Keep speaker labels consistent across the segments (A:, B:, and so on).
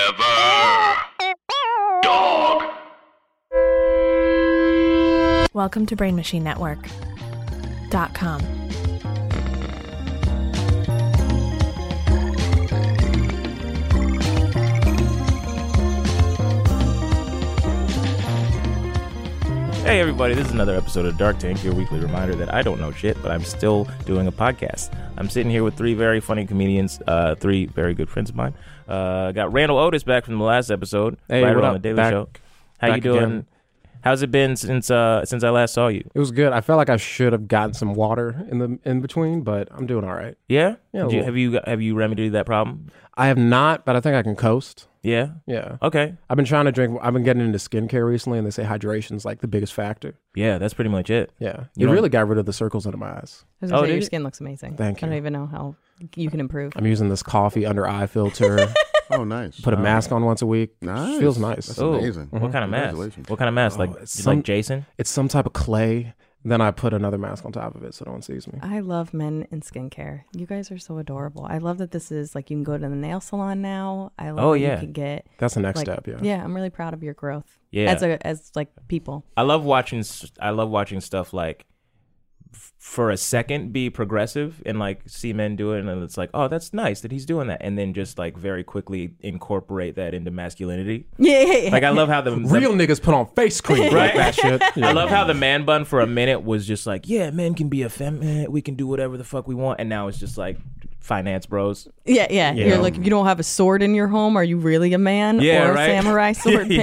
A: Forever. Dog.
B: Welcome to Brain Machine Network. Dot com.
C: Hey, everybody, this is another episode of Dark Tank, your weekly reminder that I don't know shit, but I'm still doing a podcast. I'm sitting here with three very funny comedians, uh, three very good friends of mine. Uh, got Randall Otis back from the last episode,
D: Hey,
C: writer
D: what
C: on
D: up?
C: the Daily
D: Back-
C: Show. How
D: back
C: you doing?
D: again.
C: How's it been since uh, since I last saw you?
D: It was good. I felt like I should have gotten some water in the in between, but I'm doing all right.
C: Yeah, Did you-
D: Yeah, a little.
C: have you have you remedied that problem?
D: I have not, but I think I can coast.
C: Yeah.
D: Yeah.
C: Okay.
D: I've been trying to drink. I've been getting into skincare recently, and they say hydration's like the biggest factor.
C: Yeah, that's pretty much it.
D: Yeah.
C: You
D: You
C: don't-
D: really got rid of the circles under my eyes.
E: I was gonna
C: Oh,
E: say
C: did
E: your
C: you?
E: skin looks amazing.
D: Thank
E: I
D: you.
E: don't even know how you can improve.
D: I'm using this coffee under eye filter.
F: Oh, nice.
D: put a
C: Wow.
D: mask on once a week.
F: Nice.
D: Feels nice.
F: That's
C: Ooh.
F: amazing.
C: What kind of mask?
F: Congratulations.
C: What kind of mask?
D: Mm-hmm. Oh,
C: like
D: it's
C: like
D: some-
C: Jason?
D: It's some type of clay. Then I put another mask on top of it so no one sees me.
E: I love men in skincare. You guys are so adorable. I love that this is like you can go to the nail salon now. I love
C: Oh,
E: that
C: yeah.
E: you can get
D: That's the next
E: like
D: step. Yeah.
E: I'm really proud of your growth.
C: Yeah.
E: As a as like people.
C: I love watching. s- I love watching stuff like f- for a second be progressive and like see men do it, and it's like, oh, that's nice that he's doing that, and then just like very quickly incorporate that into masculinity.
E: Yeah. yeah, yeah.
C: Like I love how the the-
D: Real niggas put on face cream.
C: Right.
D: Like that shit.
C: I love how the man bun for a minute was just like, yeah, men can be effeminate, we can do whatever the fuck we want, and now it's just like finance bros.
E: yeah, yeah,
C: Yeah.
E: You're like if you don't have a sword in your home, are you really a man?
C: Yeah,
E: or
C: right.
E: a samurai sword
C: yeah,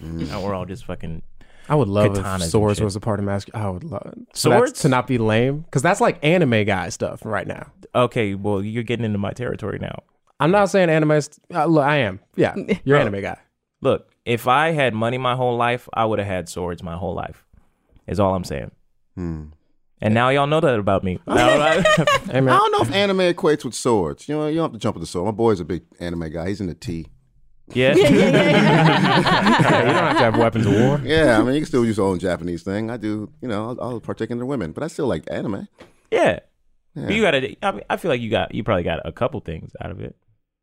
E: man?
C: now we're all just fucking.
D: I would love
C: Katanas and
D: if swords
C: shit.
D: was a part of mask. I would love for that
C: Swords?
D: to not be lame because that's like anime guy stuff right now.
C: Okay, well, you're getting into my territory now.
D: I'm not saying anime. St- uh, look, I am. Yeah, you're anime guy.
C: Look, if I had money my whole life, I would have had swords my whole life. Is all I'm saying.
F: Hmm.
C: And now y'all know that about me. Now-
D: Hey
F: I
D: man,
F: don't know if anime equates with swords. You know, you don't have to jump with the sword. My boy's a big anime guy. He's in the T.
C: yeah.
E: yeah, yeah, yeah, yeah.
D: you don't have to have weapons of war.
F: Yeah, I mean, you can still use your own Japanese thing. I do, you know, I'll, I'll partake in the women, but I still like anime.
C: Yeah.
F: Yeah.
C: You got to I, mean, I feel like you got you probably got a couple things out of it.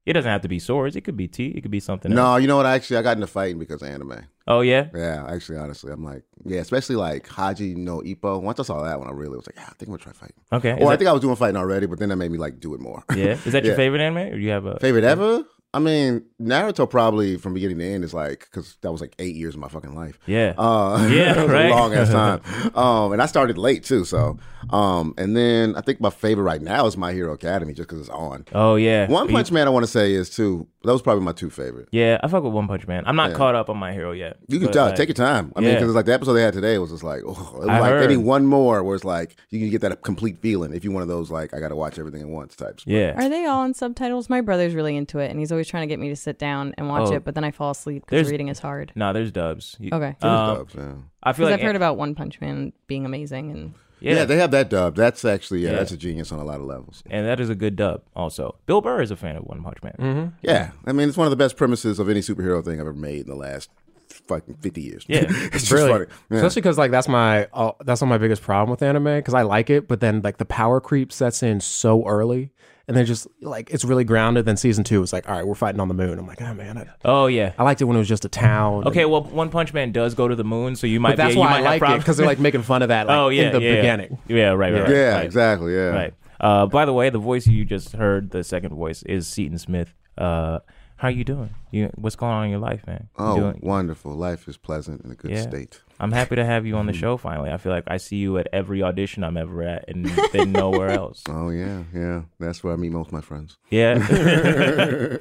C: It doesn't have to be swords. It could be tea. It could be something else.
F: No, you know what? Actually, I got into fighting because of anime.
C: Oh yeah.
F: Yeah, actually, honestly, I'm like, yeah, especially like Haji no Ippo. Once I saw that one, I really was like, yeah, I think I'm gonna try fighting.
C: Okay. Is
F: Well, I
C: that-
F: think I was doing fighting already, but then that made me like do it more.
C: yeah. Is that your
F: Yeah.
C: favorite anime or do you have a
F: Favorite ever? I mean, Naruto probably from beginning to end is like because that was like eight years of my fucking life.
C: Yeah.
F: uh,
C: Yeah,
F: it was
C: right.
F: a long ass time. Um, and I started late too, so um, and then I think my favorite right now is My Hero Academy just because it's on.
C: Oh yeah.
F: One
C: You-
F: Punch Man, I want to say is too. That was probably my two favorite.
C: Yeah, I fuck with One Punch Man. I'm not caught up on my hero yet.
F: You can
C: but,
F: tell,
C: like,
F: take your time. I mean,
C: Yeah.
F: because like the episode they had today was just like, oh, it was
C: I
F: like they
C: heard.
F: need one more where it's like you can get that complete feeling if you're one of those like I got to watch everything at once types.
C: Yeah.
E: Are they all in subtitles? My brother's really into it and he's always trying to get me to sit down and watch
C: Oh.
E: it, but then I fall asleep
C: There's-
E: because reading is hard.
C: No, there's dubs. You-
E: Okay.
C: Um,
F: Dubs, yeah.
C: I feel
E: Because
C: like
E: I've heard about One Punch Man being amazing and
C: yeah,
F: Yeah. they have that dub. That's actually yeah,
C: Yeah.
F: that's a genius on a lot of levels.
C: and that is a good dub also. Bill Burr is a fan of One Punch Man.
D: Mm-hmm.
F: Yeah, I mean, it's one of the best premises of any superhero thing I've ever made in the last fucking fifty years.
C: Yeah.
F: it's just
D: Really,
F: funny. Yeah.
D: especially because like that's my uh, that's not my biggest problem with anime because I like it, but then like the power creep sets in so early, and then just like it's really grounded. Then season two was like, all right, we're fighting on the moon. I'm like, oh man, I,
C: Oh yeah.
D: I liked it when it was just a town. and-
C: Okay, well, One Punch Man does go to the moon, so you might
D: but that's
C: be, you
D: why
C: might
D: I
C: have
D: like it
C: problems.
D: because they're like making fun of that. Like,
C: oh yeah,
D: in the
C: yeah, yeah.
D: beginning.
C: Yeah, right, right, right.
F: yeah,
C: right,
F: exactly. Yeah,
C: Right. Uh, by the way, the voice you just heard, the second voice, is Seton Smith. Uh, how you doing? You, what's going on in your life, man? You
F: Oh,
C: doing-
F: wonderful! Life is pleasant in a good
C: Yeah.
F: state. Hmm.
C: I'm happy to have you on the show finally. I feel like I see you at every audition I'm ever at, and then nowhere else.
F: Oh yeah, yeah. That's where I meet most of my friends.
C: Yeah,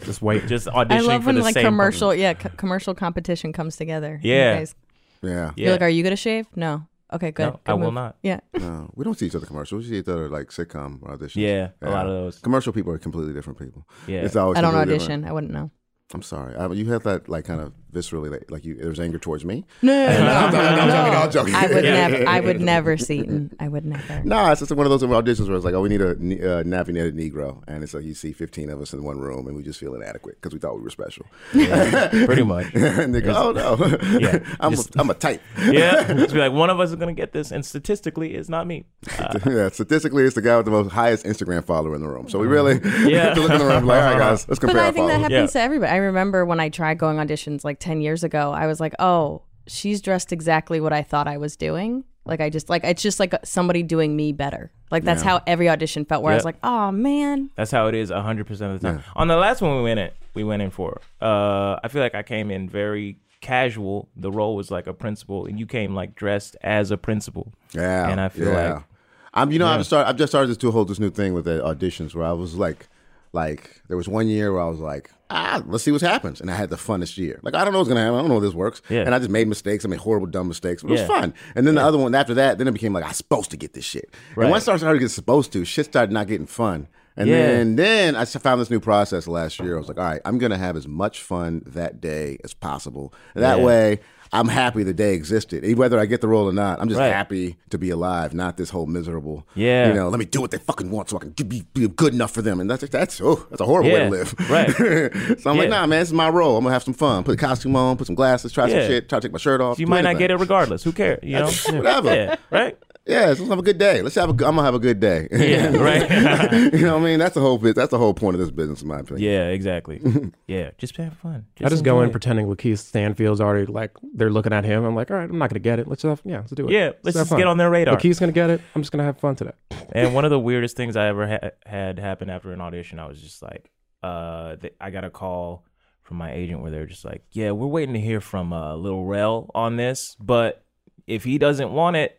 D: Just wait.
C: just
E: I
C: auditioning
E: love
C: for
E: when
C: the
E: like
C: same.
E: commercial, yeah, co- commercial competition comes together. You
C: Yeah.
E: guys-
F: Yeah.
C: Yeah.
E: You're like, are you gonna shave? No. Okay, good.
C: No,
E: Good
C: I will
E: move.
C: not.
E: Yeah.
F: No, we don't see each other commercials. We see each other like sitcom auditions.
C: Yeah, a lot of those.
F: commercial people are completely different people.
C: Yeah.
F: It's always
E: I don't
F: completely
E: audition.
F: different.
E: I wouldn't know.
F: I'm sorry. I, you have that like kind of viscerally like, like you. There was anger towards me.
E: No, no,
F: I'm joking, I'm joking, I'm joking.
E: I would never. I would never, Seton. I would never.
F: No, it's just one of those auditions where it's like, oh, we need a ne- uh, nappy-headed Negro, and it's like you see 15 of us in one room, and we just feel inadequate because we thought we were special.
C: Yeah, pretty much.
F: and they go, oh no,
C: Yeah,
F: I'm
C: just-
F: a, I'm a type.
C: yeah, just be like one of us is gonna get this, and statistically, it's not me.
F: yeah, statistically, it's the guy with the most highest Instagram follower in the room. So we really
C: Uh-huh. Yeah. Uh-huh.
F: have to look in the room like, all right, guys, let's compare
E: But I
F: our
E: think that
F: followers.
E: happens to everybody. I remember when I tried going auditions like 10 years ago, I was like, oh, she's dressed exactly what I thought I was doing. Like, I just, like, it's just like somebody doing me better. Like, that's how every audition felt, where I was
C: Yep.
E: like, oh, man.
C: That's how it is 100% of the time. On the last one we went in, we went in for, uh, I feel like I came in very casual. The role was like a principal, and you came like dressed as a principal.
F: Yeah,
C: And I feel
F: yeah.
C: like,
F: I'm. You know, I've started. I've just started this to hold this new thing with the auditions where I was like, like there was one year where I was like, ah, let's see what happens, and I had the funnest year. Like I don't know what's gonna happen. I don't know if this works.
C: Yeah.
F: And I just made mistakes. I made horrible, dumb mistakes. But
C: Yeah.
F: It was fun. And then the other one after that, then it became like I'm supposed to get this shit.
C: Right.
F: And once I started getting supposed to, shit started not getting fun. And
C: Yeah.
F: then, then I s- found this new process last year. I was like, all right, I'm gonna have as much fun that day as possible. That
C: Yeah.
F: way, I'm happy the day existed, whether I get the role or not. I'm just
C: Right.
F: happy to be alive, not this whole miserable.
C: Yeah.
F: you know, let me do what they fucking want so I can be, be good enough for them. And that's that's oh, that's a horrible way
C: Yeah.
F: to live.
C: Right.
F: so I'm
C: Yeah.
F: like, nah, man, this is my role. I'm gonna have some fun. Put a costume on, put some glasses, try
C: Yeah.
F: some shit, try to take my shirt off.
C: you
F: do
C: might not
F: anything.
C: get it regardless. Who cares? You know?
F: Whatever.
C: Yeah, right?
F: Yeah, so let's have a good day. Let's have a. Good, I'm gonna have a good day.
C: Yeah, right?
F: you know what I mean? That's the whole. bit- That's the whole point of this business, in my opinion.
C: yeah, exactly. Yeah, just have fun.
D: I just go
C: enjoy
D: in
C: it.
D: pretending Lakeith Stanfield's already like they're looking at him. I'm like, all right, I'm not gonna get it. Let's just have, yeah, let's do it.
C: Yeah, let's just get on their radar.
D: Lakeith's gonna get it. I'm just gonna have fun today.
C: And one of the weirdest things I ever ha- had happen after an audition, I was just like, uh, th- I got a call from my agent where they were just like, yeah, we're waiting to hear from uh, Little Rel on this, but if he doesn't want it,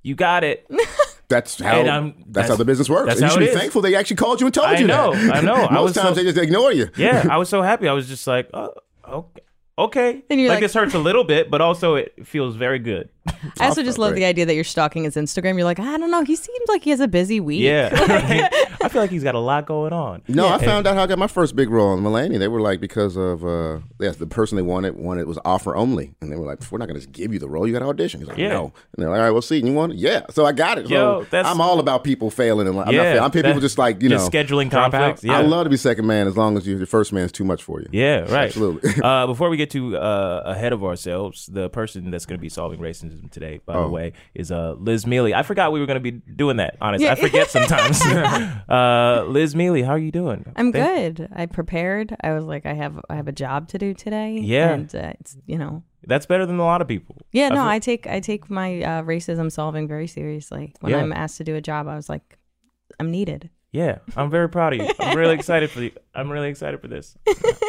C: you got it.
F: That's how.
C: And I'm-
F: that's,
C: that's-
F: how the business works.
C: that's
F: and you
C: how
F: should
C: it
F: be
C: is.
F: thankful they actually called you and told
C: I
F: you.
C: know,
F: that.
C: I know.
F: Most
C: I was
F: times
C: so-
F: they just ignore you.
C: Yeah, I was so happy. I was just like, oh, okay. Okay,
E: And you're
C: like,
E: like-
C: this hurts a little bit, but also it feels very good.
E: I also just love
F: great.
E: the idea that you're stalking his Instagram. You're like, I don't know. He seems like he has a busy week.
C: Yeah, I feel like he's got a lot going on.
F: No, I found out how I got my first big role in Mulaney. They were like because of uh yes, the person they wanted wanted was offer only, and they were like, "We're not going to give you the role. You got to audition." He's like,
C: Yeah.
F: "No," and they're like, "All right, we'll see." And you want it? Yeah, so I got it.
C: Yo,
F: so
C: that's-
F: I'm all about people failing in life. I'm, not fail- I'm people
C: that-
F: just like you
C: just
F: know.
C: scheduling conflicts. Yeah.
F: I love to be second man as long as you, your first man is too much for you.
C: Yeah, right.
F: Absolutely.
C: uh, before we get too uh, ahead of ourselves, the person that's going to be solving racism today, by the way, is uh, Liz Mealy. I forgot we were going to be doing that. Honestly, I forget sometimes. uh, Liz Mealy, how are you doing?
E: I'm
C: Thank-
E: good. I prepared. I was like, I have I have a job to do today.
C: Yeah.
E: and uh, it's you know,
C: That's better than a lot of people.
E: yeah. No,
C: feel-
E: I take I take my uh, racism solving very seriously. When
C: Yeah.
E: I'm asked to do a job, I was like, I'm needed.
C: Yeah, I'm very proud of you. I'm really excited for you. I'm really excited for this.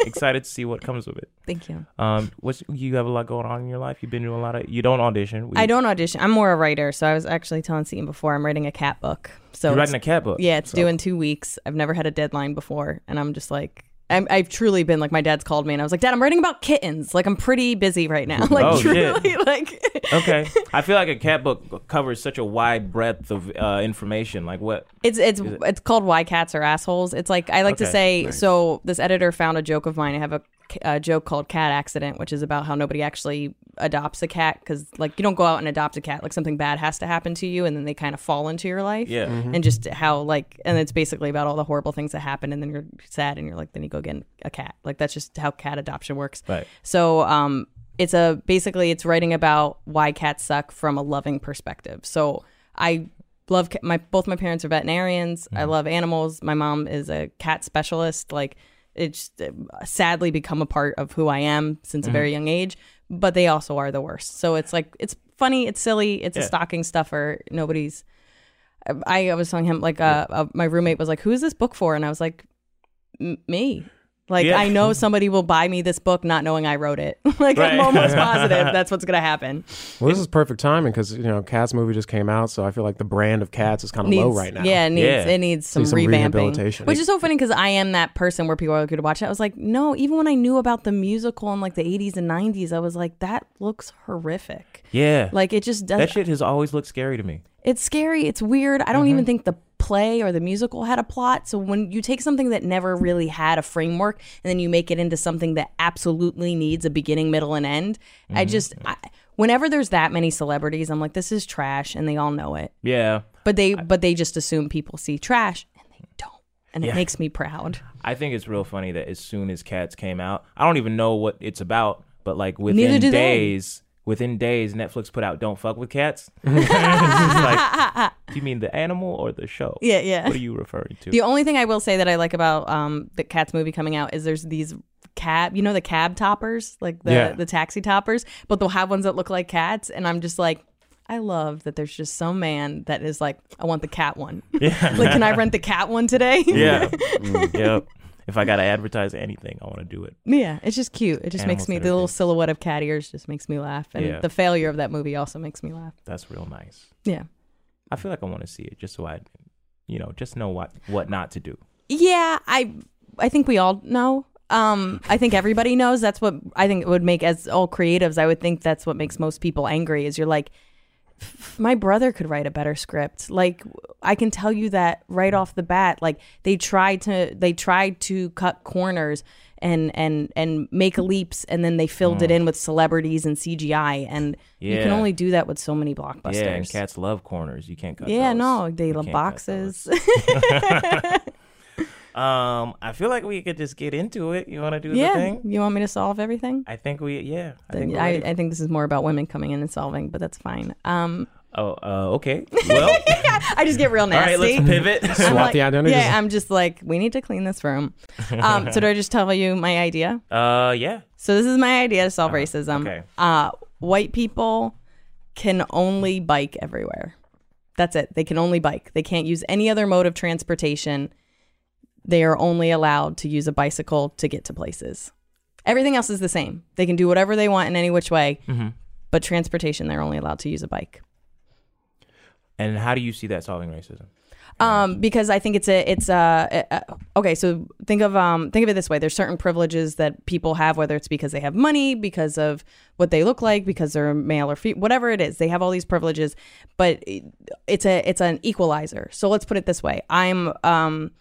C: excited to see what comes with it.
E: Thank you.
C: Um, what's you have a lot going on in your life. You've been doing a lot of. You don't audition. We,
E: I don't audition. I'm more a writer, so I was actually telling Seaton before I'm writing a cat book. So
C: You're
E: it's-
C: writing a cat book.
E: yeah, it's due in two weeks. I've never had a deadline before, and I'm just like. I'm, I've truly been like my dad's called me and I was like, Dad, I'm writing about kittens. Like I'm pretty busy right now. Like
C: Oh, shit.
E: truly, like
C: Okay. I feel like a cat book covers such a wide breadth of uh, information. Like what?
E: It's it's it's called Why Cats Are Assholes. It's like I like to
C: Okay,
E: say. So this editor found a joke of mine. I have a, c- a joke called Cat Accident, which is about how nobody actually adopts a cat because like you don't go out and adopt a cat. Like something bad has to happen to you, and then they kind of fall into your life.
C: Yeah.
E: And just how like and it's basically about all the horrible things that happen, and then you're sad, and you're like, then you go get a cat. Like that's just how cat adoption works.
C: Right.
E: So um, it's a basically it's writing about why cats suck from a loving perspective. So I love ca- my both my parents are veterinarians. I
C: Mm-hmm.
E: love animals. My mom is a cat specialist. Like it's uh, sadly become a part of who I am since
C: Mm-hmm.
E: a very young age. But they also are the worst. So it's like it's funny. It's silly. It's
C: Yeah.
E: a stocking stuffer. Nobody's. I, I was telling him like uh, uh, my roommate was like, "Who is this book for?" And I was like, "M- "Me." Like
C: Yeah.
E: I know somebody will buy me this book not knowing I wrote it. like
C: Right.
E: I'm almost positive that's what's gonna happen.
D: Well, this is perfect timing because you know Cats movie just came out, so I feel like the brand of Cats is kind of
E: Needs,
D: low right now.
E: Yeah, it needs
C: Yeah.
E: it needs some,
D: some
E: revamping.
D: rehabilitation.
E: Which is so funny because I am that person where people are like, "Good to watch it." I was like, "No." Even when I knew about the musical in like the '80s and '90s, I was like, "That looks horrific."
C: Yeah.
E: Like uh, it just does.
C: that shit has always looked scary to me.
E: it's scary. It's weird. I don't even think the play or the musical had a plot. So when you take something that never really had a framework and then you make it into something that absolutely needs a beginning, middle, and end, I just, I, whenever there's that many celebrities, I'm like, this is trash, and they all know it.
C: Yeah.
E: But they, but they just assume people see trash, and they don't, and it makes me proud.
C: I think it's real funny that as soon as Cats came out, I don't even know what it's about, but like within
E: Neither do they.
C: days, within days, Netflix put out "Don't Fuck with Cats." It's just like, do you mean the animal or the show?
E: Yeah, yeah.
C: What are you referring to?
E: The only thing I will say that I like about um, the Cats movie coming out is there's these cab, you know, the cab toppers, like the
D: Yeah.
E: the taxi toppers, but they'll have ones that look like cats, and I'm just like. I love that there's just some man that is like, I want the cat one. Yeah. like, can I rent the cat one today?
C: yeah, Mm, yep. If I gotta advertise anything, I want to do it.
E: Yeah, it's just cute. It just
C: Animals
E: makes me
C: that
E: the
C: are
E: little
C: big.
E: silhouette of cat ears just makes me laugh, and
C: Yeah.
E: the failure of that movie also makes me laugh.
C: That's real nice.
E: Yeah,
C: I feel like I want to see it just so I, you know, just know what what not to do.
E: yeah. I I think we all know. Um, I think everybody knows. That's what I think it would make as all creatives. I would think that's what makes most people angry. Is you're like, "F- my brother could write a better script. Like I can tell you that right off the bat. Like they tried to they tried to cut corners and and and make leaps, and then they filled it in with celebrities and CGI and. You can
C: Mm. Yeah.
E: only do that with so many blockbusters.
C: Yeah, and cats love corners. You can't cut.
E: Yeah,
C: those.
E: no, they
C: You
E: love
C: can't cut
E: boxes.
C: those. Um, I feel like we could just get into it. You want to do the
E: yeah,
C: thing?
E: you want me to solve everything?
C: I think we. Yeah, I think.
E: Then
C: we're
E: I,
C: ready.
E: I think this is more about women coming in and solving, but that's fine. Um,
C: oh, uh, okay. Well,
E: I just get real
C: all right.
E: nasty.
C: Let's pivot.
E: I'm
D: Swap
E: like-
D: the identities.
E: Yeah, I'm just like, we need to clean this room. Um, so do I just tell you my idea?
C: uh, yeah.
E: So this is my idea to solve racism.
C: okay.
E: Uh, white people can only bike everywhere. That's it. They can only bike. They can't use any other mode of transportation. They are only allowed to use a bicycle to get to places. Everything else is the same. They can do whatever they want in any which way, but transportation, they're only allowed to use a bike.
C: And how do you see that solving racism?
E: um, because I think it's a it's a, a- a- okay. So think of um, think of it this way: there's certain privileges that people have, whether it's because they have money, because of what they look like, because they're male or fe- whatever it is. They have all these privileges, but it- it's a it's an equalizer. So let's put it this way: I'm um,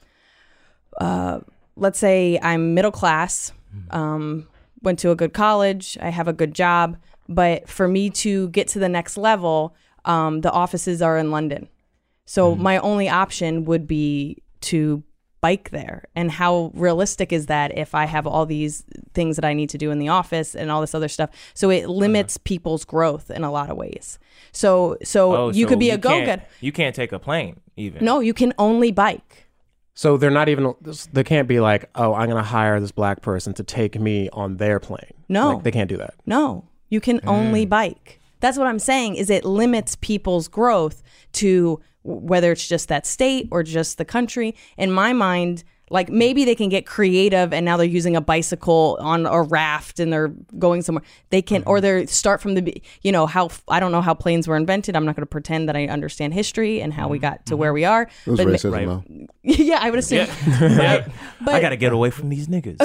E: uh, let's say I'm middle class,
C: Mm-hmm.
E: um, went to a good college, I have a good job, but for me to get to the next level, um, the offices are in London. So
C: Mm-hmm.
E: my only option would be to bike there. And how realistic is that if I have all these things that I need to do in the office and all this other stuff? So
C: Uh-huh.
E: it limits people's growth in a lot of ways. So so
C: Oh,
E: you
C: so
E: could be a go
C: can't-
E: getter.
C: You can't take a plane even.
E: No, you can only bike.
D: So they're not even. They can't be like, oh, I'm gonna hire this black person to take me on their plane.
E: No.
D: Like, they can't do that.
E: No, you can only
C: Mm.
E: bike. That's what I'm saying is it limits people's growth to w- whether it's just that state or just the country. In my mind, like maybe they can get creative and now they're using a bicycle on a raft and they're going somewhere. They can
C: Mm-hmm.
E: or they start from the be- you know how f- I don't know how planes were invented. I'm not going to pretend that I understand history and how
C: Mm-hmm.
E: we got to where we are.
F: It was
E: But ma-
F: racism, though.
E: yeah, I would assume.
C: Right?
E: But-
C: I gotta get away from these niggas.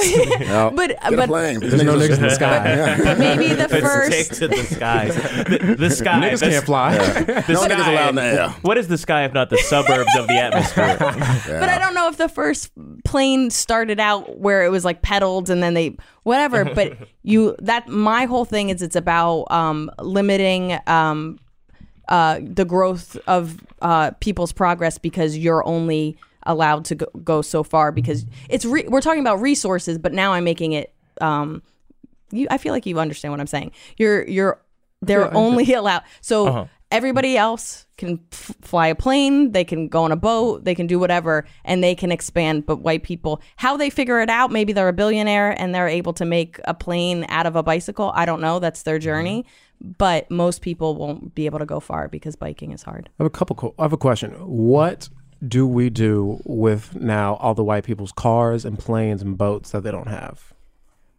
F: No.
E: But- uh,
F: Get a
E: but-
F: plane.
D: There's no niggas in the sky.
E: But maybe the
C: Take
E: first
C: to the skies. The, the sky.
D: Niggas
C: the,
D: can't fly.
C: The
F: No
C: sky.
F: niggas allowed in the air.
C: What is the sky if not the suburbs of the atmosphere?
E: But I don't know if the first plane started out where it was like pedaled and then they whatever. But you that my whole thing is it's about um, limiting um, uh, the growth of uh, people's progress because you're only allowed to go, go so far because it's re- we're talking about resources, but now I'm making it. Um, you, I feel like you understand what I'm saying. You're you're they're only allowed so.
C: Uh-huh.
E: Everybody else can f- fly a plane, they can go on a boat, they can do whatever, and they can expand. But white people, how they figure it out, maybe they're a billionaire and they're able to make a plane out of a bicycle. I don't know. That's
C: Mm-hmm.
E: their journey. But most people won't be able to go far because biking is hard.
D: I have a couple. que- I have a question. What do we do with now all the white people's cars and planes and boats that they don't have?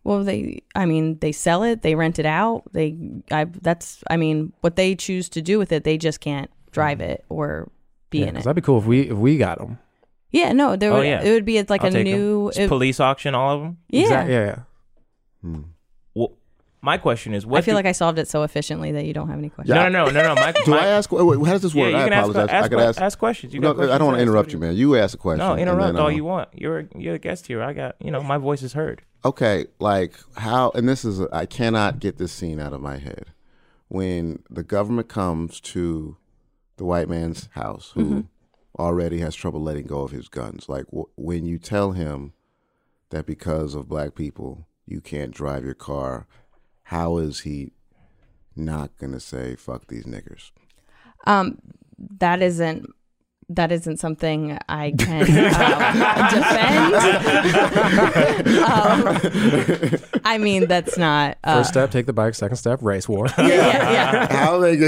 E: Well, they, I mean, they sell it, they rent it out. They, I, that's, I mean, what they choose to do with it, they just can't drive
C: Mm-hmm.
E: it or be in
D: 'Cause
E: it.
D: that'd be cool if we if we got them.
E: Yeah, no, there
C: Oh,
E: would,
C: yeah.
E: it would be it's like
C: I'll
E: a
C: take 'em.
E: new,
C: It's
E: it-
C: police auction all of them.
E: yeah.
D: yeah.
C: Well, My question is, what
E: I feel
C: do-
E: like I solved it so efficiently that you don't have any questions.
F: Yeah.
C: no, no, no, no, no. My,
F: Do
C: my,
F: I ask? Wait, wait, how does this
C: Yeah,
F: work?
C: you
F: I
C: can ask-
F: apologize.
C: ask
F: I could
C: que-
F: ask,
C: ask questions. You
F: No,
C: got
F: I don't want
C: questions,
F: to interrupt
C: ask
F: you, man. You ask a question.
C: No,
F: and
C: interrupt
F: then,
C: all
F: uh,
C: you want. You're you're a guest here. I got you know my voice is heard.
F: Okay, like how? And this is I cannot get this scene out of my head. When the government comes to the white man's house, who
C: Mm-hmm.
F: already has trouble letting go of his guns, like w- when you tell him that because of black people you can't drive your car, how is he not gonna say "fuck these niggers"?
E: Um, that isn't that isn't something I can um, defend. um, I mean, that's not uh,
D: First step, take the bike. Second step, race war.
E: yeah, yeah.
F: How they?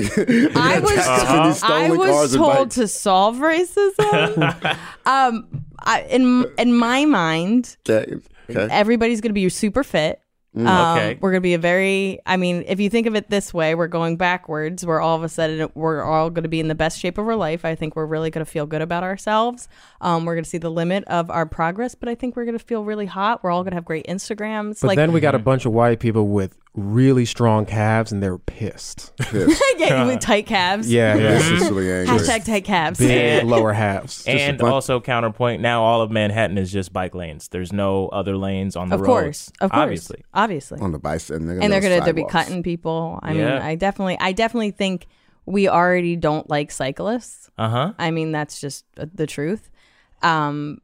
E: I was,
F: these
E: I
F: stolen
E: was
F: cars and
E: told
F: bikes.
E: to solve racism. um, I, in in my mind,
F: Okay. okay.
E: everybody's going to be super fit.
F: Mm,
E: Um,
C: Okay.
E: We're going to be a very, I mean, if you think of it this way, we're going backwards. We're all of a sudden, we're all going to be in the best shape of our life. I think we're really going to feel good about ourselves. Um, we're going to see the limit of our progress, but I think we're going to feel really hot. We're all going to have great Instagrams.
D: But
E: like,
D: then we got a bunch of white people with really strong calves, and they're pissed.
E: yeah, with tight calves.
D: Yeah, yeah.
F: Sicily
E: Mm-hmm.
F: angry.
E: Hashtag tight calves.
D: big lower halves.
C: And also counterpoint. Now all of Manhattan is just bike lanes. There's no other lanes on the
E: Of
C: roads.
E: course. Of course.
C: Obviously.
E: Obviously.
F: on the bison. They're gonna
E: and they're
F: go
E: gonna they'll be
F: sidewalks.
E: cutting people. I mean,
C: Yeah.
E: I definitely, I definitely think we already don't like cyclists.
C: Uh huh.
E: I mean, that's just uh, the truth. Um,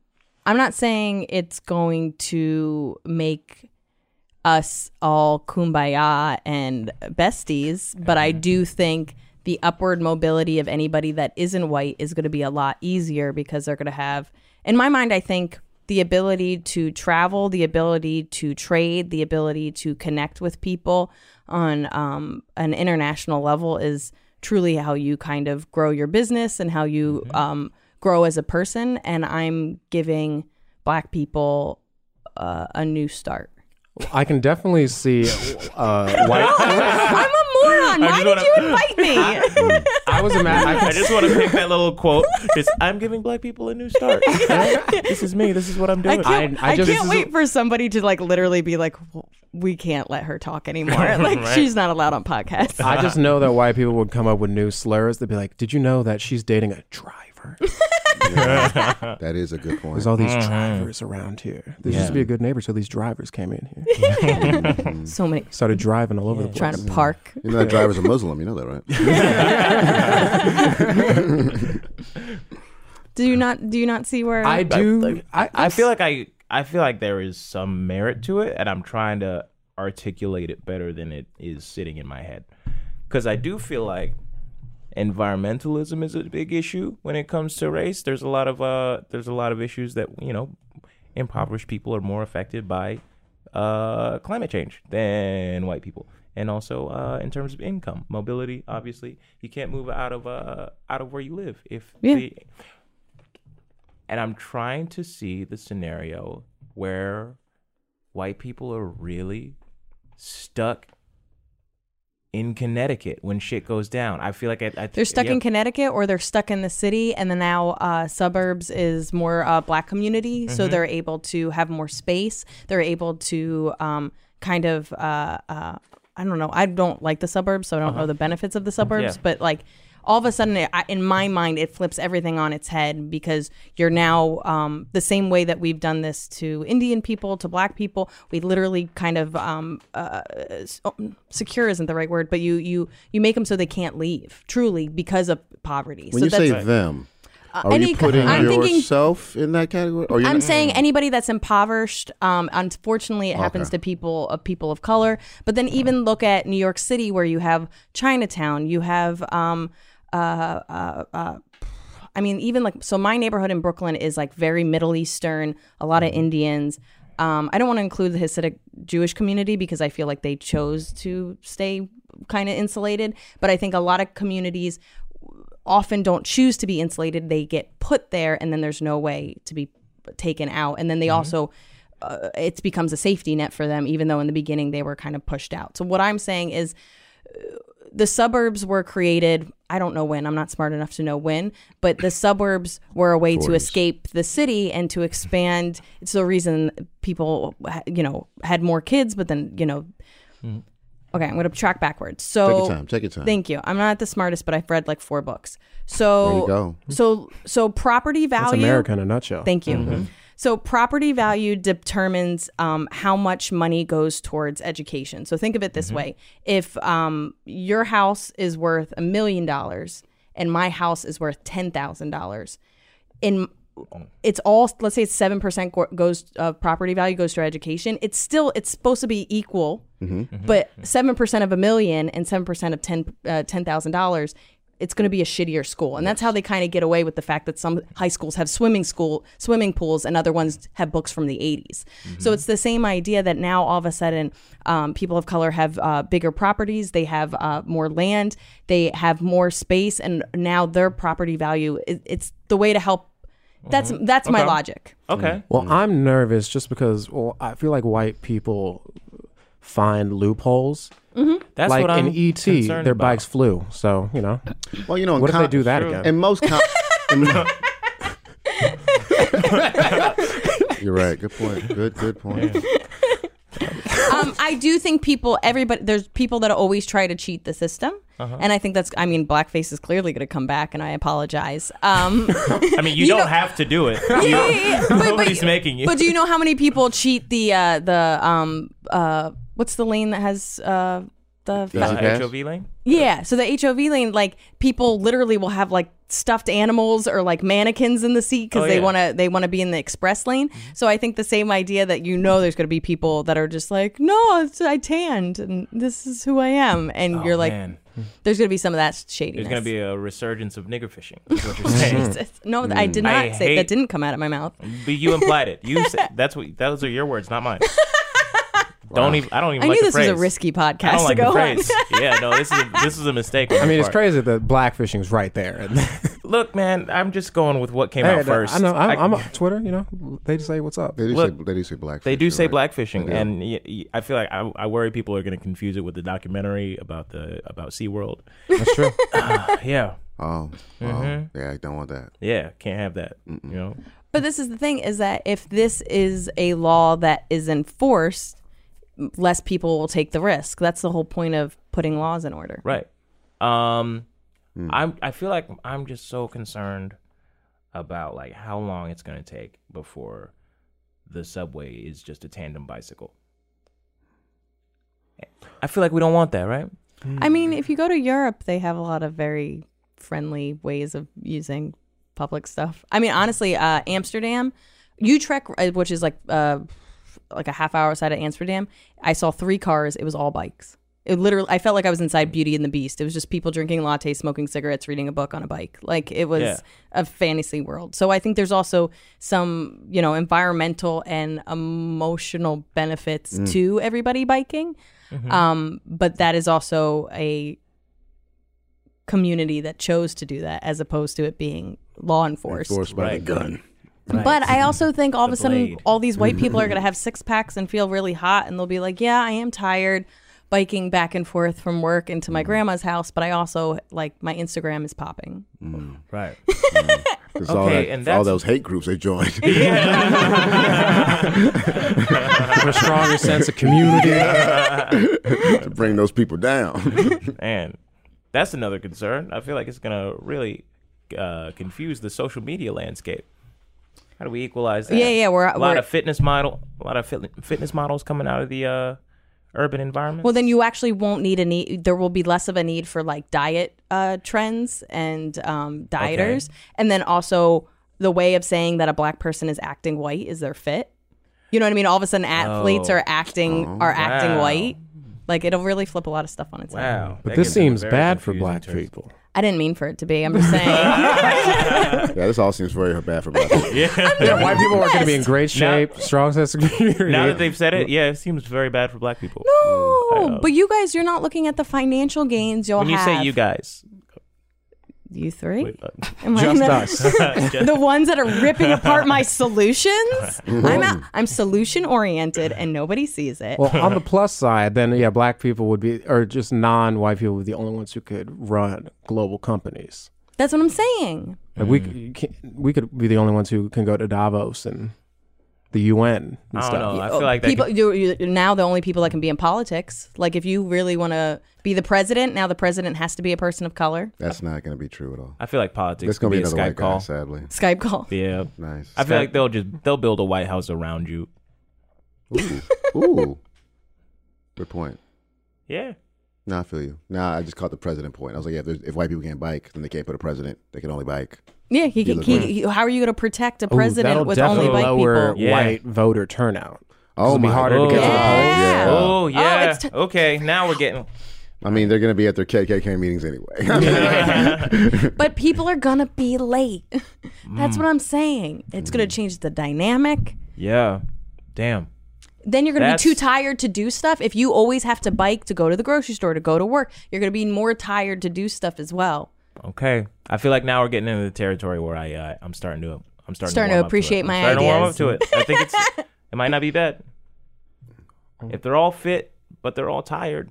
E: I'm not saying it's going to make us all kumbaya and besties, but I do think the upward mobility of anybody that isn't white is going to be a lot easier because they're going to have, in my mind, I think the ability to travel, the ability to trade, the ability to connect with people on um, an international level is truly how you kind of grow your business and how you um, grow as a person. And I'm giving black people uh, a new start.
D: I can definitely see uh, white.
E: I'm a moron.
C: I
E: Why
C: just
E: did
C: wanna-
E: you invite me?
D: I was imagining.
C: I just want to pick that little quote. Just, I'm giving black people a new start. this is me. This is what I'm
E: I
C: doing.
E: can't,
D: I
E: I
D: just-
E: can't wait for somebody to like literally be like, "W- we can't let her talk anymore. Like she's not allowed on podcasts.
D: I just know that white people would come up with new slurs. They'd be like, "Did you know that she's dating a driver?
F: That is a good point.
D: There's all these drivers around here. There used to be a good neighbor, so these drivers came in here,
E: so many
D: started driving all over the
E: trying
D: place."
E: to park.
F: You know that driver's a Muslim. You know that, right?
E: Do you not? Do you not see where?
D: I do.
C: Like,
D: I,
C: I feel like I I feel like there is some merit to it, and I'm trying to articulate it better than it is sitting in my head. Because I do feel like environmentalism is a big issue when it comes to race. There's a lot of uh, there's a lot of issues that you know impoverished people are more affected by uh, climate change than white people. And also, uh, in terms of income, mobility, obviously, you can't move out of uh, out of where you live if
E: Yeah.
C: the and I'm trying to see the scenario where white people are really stuck in Connecticut when shit goes down. I feel like I, I
E: They're stuck
C: yeah.
E: in Connecticut or they're stuck in the city, and then now uh, suburbs is more uh, black community,
C: Mm-hmm.
E: so they're able to have more space. They're able to um, kind of, uh, uh, I don't know, I don't like the suburbs, so I don't know the benefits of the suburbs,
C: Uh-huh. Yeah.
E: but like all of a sudden, it, I, in my mind, it flips everything on its head because you're now um, the same way that we've done this to Indian people, to black people. We literally kind of um, oh, secure isn't the right word, but you you you make them so they can't leave truly because of poverty.
F: When
E: so
F: you say them, are
E: Uh, any
F: you
E: co-
F: putting
E: I'm thinking-
F: yourself in that category? Or you're
E: I'm
F: not-
E: saying anybody that's impoverished. Um, unfortunately, it happens to people of people of color. But then even look at New York City, where you have Chinatown, you have um, uh, uh, uh, I mean, even like so, my neighborhood in Brooklyn is like very Middle Eastern, a lot of Indians. Um, I don't want to include the Hasidic Jewish community because I feel like they chose to stay kind of insulated. But I think a lot of communities often don't choose to be insulated. They get put there, and then there's no way to be taken out. And then
F: Mm-hmm.
E: they also, uh, it becomes a safety net for them, even though in the beginning they were kind of pushed out. So what I'm saying is, uh, the suburbs were created. I don't know when. I'm not smart enough to know when, but the suburbs were a way to escape the city and to expand. It's the reason people, ha- you know, had more kids, but then you know Okay, I'm going to track backwards.
F: Mm. Take
E: So
F: your time. Take your time.
E: Thank you. I'm not the smartest, but I've read like four books.
F: there you
E: So
F: go.
E: so so property value.
D: That's America in a nutshell.
E: Thank you. So property value determines um, how much money goes towards education. So think of it this way: if um, your house is worth a million dollars and my house is worth ten thousand dollars, in it's all let's say it's seven percent goes of property value goes to education. It's still it's supposed to be equal, but seven percent of a million and seven percent of ten uh, ten thousand dollars. It's going to be a shittier school, and that's how they kind of get away with the fact that some high schools have swimming school swimming pools, and other ones have books from the 80s. So
C: Mm-hmm.
E: it's the same idea that now all of a sudden um, people of color have uh, bigger properties, they have uh, more land, they have more space, and now their property value. It, it's the way to help that's that's my
C: Mm-hmm. Okay.
E: logic.
C: Okay.
D: Well, I'm nervous just because well, I feel like white people find loopholes.
C: That's
D: like
C: what I'm
D: in ET,
C: concerned
D: their
C: about.
D: bikes flew. So you know,
F: Well, you know, in
D: what if they
F: com-
D: do that
C: True.
D: again?
F: In most com- in- You're right. Good point. Good, good point.
E: um, I do think people, everybody, there's people that always try to cheat the system,
C: Uh-huh.
E: and I think that's. I mean, blackface is clearly going to come back, and I apologize. Um,
C: I mean, you,
E: You
C: don't
E: know-
C: have to do it.
E: yeah, yeah, yeah. But- but-
C: Nobody's making you.
E: But do you know how many people cheat the uh, the um uh what's the lane that has uh the
F: Yeah.
C: Uh,
F: Easy pass?
C: HOV lane?
E: yeah so the HOV lane like people literally will have like stuffed animals or like mannequins in the seat because
C: Oh, yeah.
E: they
C: Mm-hmm.
E: want to they want to be in the express lane so I think the same idea that you know there's going to be people that are just like no it's, I tanned and this is who I am and you're like
C: Oh, Man,
E: there's going to be some of that shadiness
C: there's going to be a resurgence of nigger fishing, is what you're saying.
E: no I did not
C: Mm. I
E: say
C: hate-
E: that didn't come out of my mouth
D: Mm-hmm.
C: but you implied it. You said, that's what those are your words, not mine. Don't even I don't even
E: I
C: like
E: knew
C: the
E: this was a
C: phrase.
E: risky podcast
C: I don't
E: to
C: like
E: go
C: the
E: on.
C: phrase. yeah, no, this is a, this is a mistake. on
D: I mean,
C: your
D: it's
C: part.
D: crazy that blackfishing's right there. And
C: Look, man, I'm just going with what came
D: Hey,
C: out first.
D: I know. I'm,
C: I-
D: I'm on Twitter. You know, they just say what's up.
F: They do say
C: Look,
F: they do say black.
C: They do say
F: black.
C: blackfishing, and y- y- I feel like I, I worry people are going to confuse it with the documentary about the about SeaWorld.
D: That's true.
C: yeah,
F: Oh, oh. yeah. I don't want that.
C: yeah, can't have that. You know,
E: But this is the thing is that if this is a law that is enforced, m- less people will take the risk. That's the whole point of putting laws in order.
C: right? Um, I'm I feel like I'm just so concerned about like how long it's going to take before the subway is just a tandem bicycle. I feel like we don't want that, right?
E: I mean, if you go to Europe, they have a lot of very friendly ways of using public stuff. I mean, honestly, uh, Amsterdam, Utrecht, uh, which is like uh, like a half hour outside of Amsterdam, I saw three cars. It was all bikes. It literally, I felt like I was inside Beauty and the Beast. It was just people drinking lattes, smoking cigarettes, reading a book on a bike. Like it was
C: Yeah.
E: a fantasy world. So I think there's also some, you know, environmental and emotional benefits to everybody biking.
C: Mm-hmm.
E: Um, but that is also a community that chose to do that as opposed to it being law enforced.
F: Forced by
C: Right. Mm-hmm.
F: the gun.
E: But I also think all of a sudden
C: blade.
E: all these white people are going to have six packs and feel really hot and they'll be like, "Yeah, I am tired biking back and forth from work into
C: Mm-hmm.
E: my grandma's house, but I also like my Instagram is popping."
C: Right.
F: 'Cause all,
C: Okay,
F: that,
C: and
F: all
C: that's-
F: those hate groups they joined.
D: For a stronger sense of community.
F: to bring those people down.
C: And that's another concern. I feel like it's going to really uh, confuse the social media landscape. How do we equalize that?
E: Yeah, yeah, we're-
C: a lot
E: we're-
C: of fitness model, a lot of fit, fitness models coming out of the uh, urban environment.
E: Well, then you actually won't need a need. There will be less of a need for like diet uh, trends and um, dieters, and then also the way of saying that a black person is acting white is their fit. You know what I mean? All of a sudden, athletes
C: Oh.
E: are acting are acting
C: wow.
E: white. Like it'll really flip a lot of stuff on its head.
C: wow,
D: But
C: that
D: this
C: gives them a
D: seems
C: very
D: bad for
C: confusing
D: black
C: terms.
D: people.
E: I didn't mean for it to be. I'm just saying.
F: yeah, this all seems very bad for black people.
D: Yeah, white people are going to be in great
C: Now-
D: shape, strong sense of community.
C: Now that they've said it, yeah, it seems very bad for black people.
E: no, but you guys, you're not looking at the financial gains you'll
C: When you
E: have.
C: say you guys,
E: you three,
C: wait, uh,
E: Am I
D: just
E: not-
D: us.
E: the ones that are ripping apart my solutions. I'm out, I'm solution oriented, and nobody sees it.
D: well, on the plus side, then yeah, black people would be, or just non-white people would be the only ones who could run global companies.
E: That's what I'm saying.
C: Mm.
D: Like we c- you can't- we could be the only ones who can go to Davos and the UN
C: I
D: and
C: don't
D: stuff.
C: know. I feel like that.
E: people
C: could-
E: you're, you're now the only people that can be in politics. Like if you really want to be the president, now the president has to be a person of color.
F: That's not going to be true at all.
C: I feel like politics
F: It's
C: could
F: going to be
C: a
F: another
C: Skype
F: white guy,
C: call.
F: sadly.
E: Skype call.
C: yeah.
F: Nice.
C: I feel like they'll just they'll build a White House around you.
F: Ooh. Ooh. Good point.
C: Yeah.
F: No, I feel you. No, I just caught the president point. I was like, yeah, if, there's- if white people can't bike, then they can't put a president. They can only bike.
E: Yeah, he,
F: You
E: he,
F: look
E: he,
F: right.
E: how are you going to protect a
D: Ooh, that'll
E: president with only
D: definitely
E: white
D: lower
E: people?
C: Yeah.
D: white voter turnout.
F: Oh,
D: it'll be
F: my
D: harder to
F: God.
D: get to the
E: Yeah.
F: Yeah.
C: Oh yeah.
E: it's t-
C: okay, now we're getting.
F: I mean, they're going to be at their KKK meetings anyway.
E: But people are going to be late. That's what I'm saying. It's going to change the dynamic.
C: Yeah. Damn.
E: Then you're going to be
C: That's-
E: too tired to do stuff. If you always have to bike to go to the grocery store, to go to work, you're going to be more tired to do stuff as well.
C: Okay. I feel like now we're getting into the territory where I uh, I'm starting to I'm starting,
E: Starting
C: to,
E: to
C: warm up
E: appreciate
C: it. I'm
E: my
C: starting to warm up
E: ideas.
C: to it. I think it's it might not be bad. If they're all fit but they're all tired,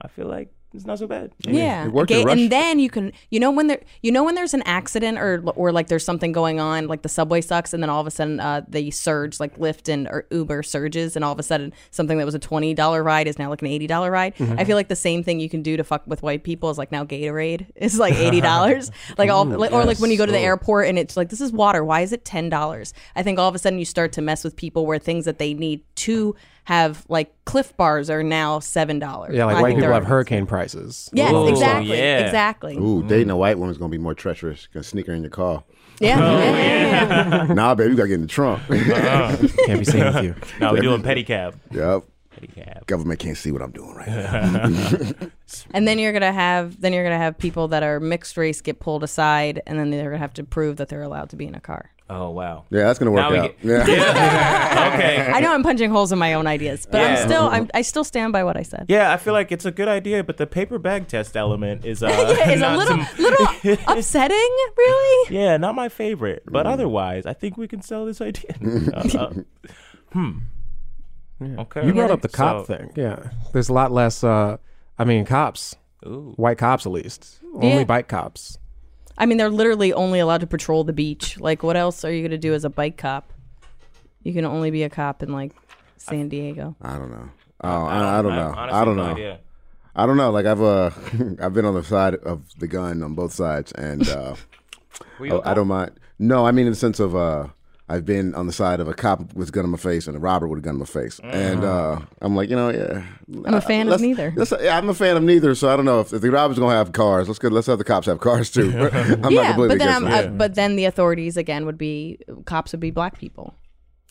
C: I feel like it's not so bad.
E: Yeah.
F: It worked in Russia.
E: And then you can, you know, when there, you know, when there's an accident or or like there's something going on, like the subway sucks, and then all of a sudden uh, they surge, like Lyft and or Uber surges, and all of a sudden something that was a twenty dollar ride is now like an eighty dollar ride.
D: Mm-hmm.
E: I feel like the same thing you can do to fuck with white people is like now Gatorade is like eighty dollars, like all like, or like when you go to the airport and it's like this is water, why is it ten dollars? I think all of a sudden you start to mess with people where things that they need to have like Cliff bars are now seven dollars.
D: Yeah, like
E: I
D: white
E: think
D: people
E: they're-
D: have hurricane prices.
E: Yes,
C: Ooh,
E: exactly.
C: yeah.
E: Exactly.
F: Ooh, dating a white woman is going to be more treacherous. Going to sneak her in your car.
E: Yeah.
C: Oh,
E: yeah.
F: nah, baby, you got to get in the trunk.
D: Can't be seen with you.
C: Now we're doing pedicab.
F: yep.
C: Pedicab.
F: Government can't see what I'm doing right now.
E: And then you're gonna have then you're gonna have people that are mixed race get pulled aside, and then they're gonna have to prove that they're allowed to be in a car.
C: Oh wow.
F: Yeah, that's going to
C: Now
F: work
C: we
F: out.
C: get-
F: yeah.
C: okay.
E: I know I'm punching holes in my own ideas, but
C: Uh, Yeah.
E: I'm still I'm, I still stand by what I said.
C: Yeah, I feel like it's a good idea, but the paper bag test element is uh
E: It's a
C: not
E: little
C: some-
E: little upsetting, really.
C: Yeah, not my favorite, but otherwise, I think we can sell this idea. Mm. Uh, uh, hmm. Okay.
D: You brought up the cop
C: So-
D: thing. Yeah. There's a lot less, uh, I mean, cops,
C: Ooh.
D: white cops at least,
E: Yeah.
D: only bike cops.
E: I mean, they're literally only allowed to patrol the beach. Like, what else are you gonna do as a bike cop? You can only be a cop in like San Diego.
F: I don't know. Oh, I, I don't know.
C: honestly
F: I don't
C: no
F: know.
C: idea.
F: I don't know. Like I've uh, I've been on the side of the gun on both sides, and uh, oh,
C: Were you
F: I,
C: a
F: I
C: cop?
F: don't mind. No, I mean in the sense of uh, I've been on the side of a cop with a gun in my face and a robber with a gun in my face,
C: Mm-hmm.
F: and uh, I'm like, you know, yeah.
E: I'm a fan of
F: let's-
E: neither.
F: let's- yeah, I'm a fan of neither, so I don't know if, if the robbers gonna have cars. Let's go, let's have the cops have cars too. I'm not completely
E: but then
F: against
E: I'm,
F: that.
E: uh, but then the authorities again would be cops would be black people,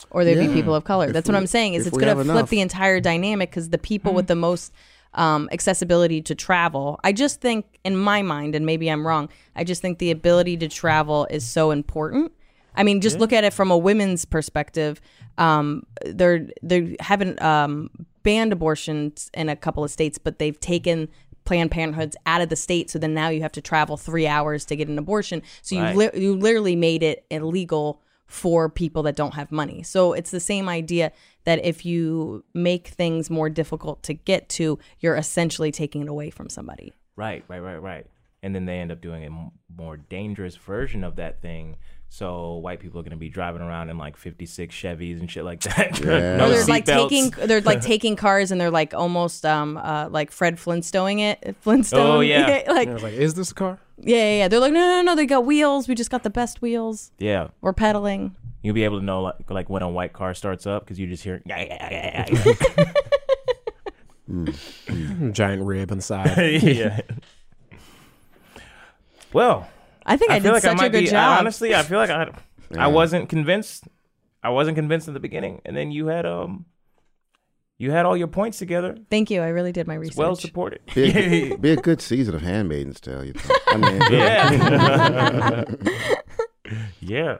E: or they'd
F: Yeah.
E: be people of color.
F: If
E: That's what
F: we-
E: I'm saying is
F: if
E: it's
F: we
E: going to
F: have
E: flip
F: enough.
E: the entire dynamic because the people with the most um, accessibility to travel, I just think in my mind, and maybe I'm wrong, I just think the ability to travel is so important. I mean, just look at it from a women's perspective. Um, they're they haven't um, banned abortions in a couple of states, but they've taken Planned Parenthoods out of the state. So then now you have to travel three hours to get an abortion. So you
C: Right.
E: li- you literally made it illegal for people that don't have money. So it's the same idea that if you make things more difficult to get to, you're essentially taking it away from somebody.
C: Right, right, right, right. And then they end up doing a m- more dangerous version of that thing. So white people are going to be driving around in like 56 Chevys and shit like that. no
E: Or they're like
C: seatbelts.
E: taking they're like taking cars and they're like almost um uh like Fred Flintstoning it Flintstone
C: Oh, yeah.
E: like
D: I
E: yeah
D: was like, is this a car?
E: yeah yeah they're like no no no they got wheels we just got the best wheels
C: Yeah.
E: we're pedaling
C: You'll be able to know like, like when a white car starts up because you just hear. yeah.
D: Hmm, Giant rib inside.
C: Well,
E: I think I, did such a good
C: be. I
E: job
C: honestly, I feel like I, I wasn't convinced. I wasn't convinced at the beginning, and then you had um, you had all your points together,
E: thank you I really did my research
C: well supported.
F: be, a, good- be a good season of handmaidens tale. You think. I mean,
C: Yeah. yeah.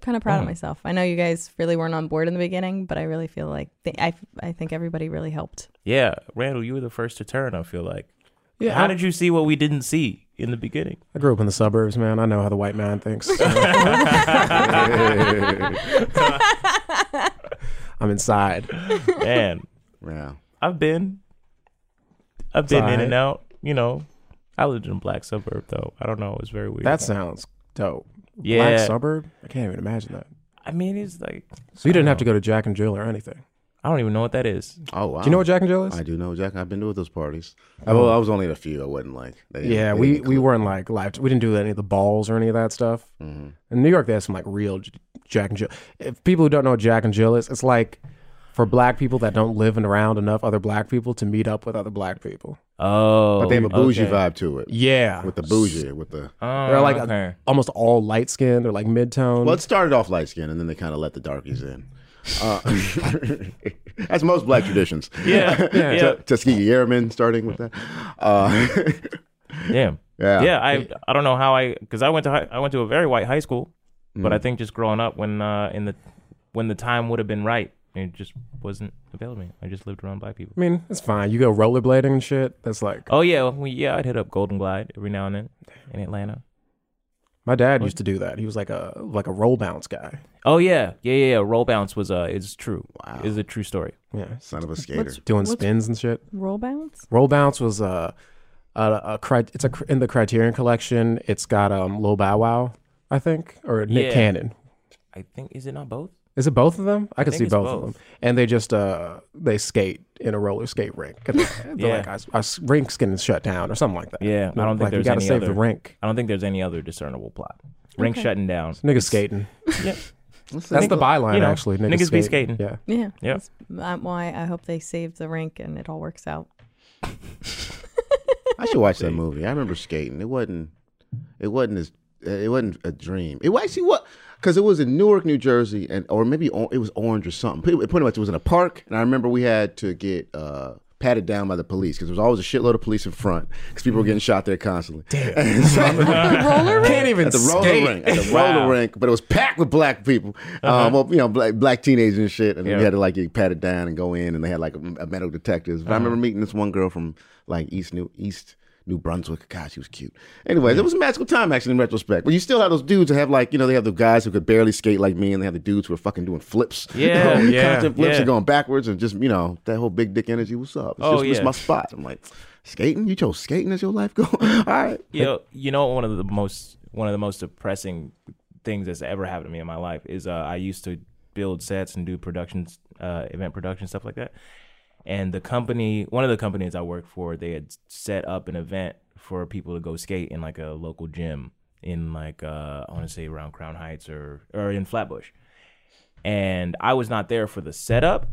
E: kind of proud of myself. I know you guys really weren't on board in the beginning, but I really feel like th- I I think everybody really helped.
C: Yeah. Randall, you were the first to turn, I feel like.
D: Yeah.
C: How did you see what we didn't see in the beginning?
D: I grew up in the suburbs, man. I know how the white man thinks. I'm inside.
C: Man,
F: yeah.
C: I've been I've been in
D: alright.
C: and out, you know. I lived in a black suburb though. I don't know, it was very weird.
D: That sounds dope.
C: yeah.
D: Black suburb? I can't even imagine that.
C: I mean, he's like,
D: So you didn't have to go to Jack and Jill or anything.
C: I don't even know what that is.
F: Oh wow.
D: Do you know what Jack and Jill is?
F: I do know Jack. I've been to those parties. I, well, I was only at a few. I wasn't like. They, didn't-
D: yeah,
F: they
D: we,
F: didn't
D: we
F: include-
D: weren't like live. We didn't do any of the balls or any of that stuff.
F: Mm-hmm.
D: In New York, they have some like real J- Jack and Jill. If people who don't know what Jack and Jill is, it's like for black people that don't live and around enough other black people to meet up with other black people.
C: Oh,
F: But they have a bougie
C: okay.
F: vibe to it.
D: Yeah,
F: With the bougie, with the.
C: Oh,
D: they're like a-
C: okay.
D: almost all light skinned or like mid tone.
F: Well, it started off light skin, and then they kind of let the darkies in. Uh, that's most black traditions.
C: Yeah, yeah.
F: T- Tuskegee Airmen, starting with that. Uh,
C: Damn.
F: Yeah.
C: Yeah. I I don't know how I because I went to high, I went to a very white high school, but
F: Mm.
C: I think just growing up when uh in the when the time would have been right, it just wasn't available. to me. I just lived around black people.
D: I mean, it's fine. You go rollerblading and shit. That's like
C: Oh yeah, well, yeah. I'd hit up Golden Glide every now and then in Atlanta.
D: my dad used to do that. He was like a like a roll bounce guy.
C: Oh yeah, yeah, yeah. yeah. Roll bounce was uh, it's true. Wow, it's a true story.
D: Yeah,
F: son of a skater.
D: doing spins and shit.
E: Roll bounce?
D: Roll Bounce was a, a, a cri- it's a cr- in the Criterion collection. It's got um Lil Bow Wow, I think, or Nick
C: Yeah.
D: Cannon.
C: I think is it not both?
D: Is it both of them? I, could
C: think
D: see
C: it's
D: both,
C: both.
D: of them. And they just uh they skate in a roller skate rink. And They're
C: Yeah.
D: like our, our s- rink's getting shut down or something like that.
C: Yeah, I don't think
D: like,
C: there's
D: we gotta
C: any
D: save
C: other-
D: the rink.
C: I don't think there's any other discernible plot. Ring shutting down.
D: Niggas skating.
C: Yep.
D: That's the byline
C: you know,
D: actually. Niggas,
C: niggas be
D: skating.
C: skating.
D: Yeah.
E: Yeah.
C: Yeah.
E: That's um, why I hope they save the rink and it all works out.
F: I should watch that movie. I remember skating. It wasn't. It wasn't as. It wasn't a dream. It was actually what because it was in Newark, New Jersey, and or maybe o- it was Orange or something. Pretty, pretty much, it was in a park, and I remember we had to get uh, patted down by the police because there was always a shitload of police in front because people were getting shot there constantly. Damn,
E: Roller rink?
D: Can't even
F: at the roller
D: skate.
F: rink, at the roller rink, but it was packed with black people. Um, well, you know, black, black teenagers and shit, and we
C: Uh-huh. Yeah.
F: had to like get patted down and go in, and they had like a, a metal detectors. But I
C: Uh-huh.
F: remember meeting this one girl from like East New East New Brunswick. God, she was cute. Anyways, it was a magical time actually in retrospect. But you still have those dudes that have like you know they have the guys who could barely skate like me, and they have the dudes who are fucking doing flips,
C: Yeah,
F: You know,
C: yeah,
F: constant flips
C: yeah.
F: and going backwards, and just you know that whole big dick energy. What's up? It's
C: Oh,
F: just, it's
C: yeah.
F: my spot. I'm like. Skating? You chose skating as your life goal? All right.
C: you know, you know one of the most one of the most depressing things that's ever happened to me in my life is uh, I used to build sets and do productions, uh, event production stuff like that. And the company, one of the companies I worked for, they had set up an event for people to go skate in like a local gym in like uh, I want to say around Crown Heights or or in Flatbush. And I was not there for the setup,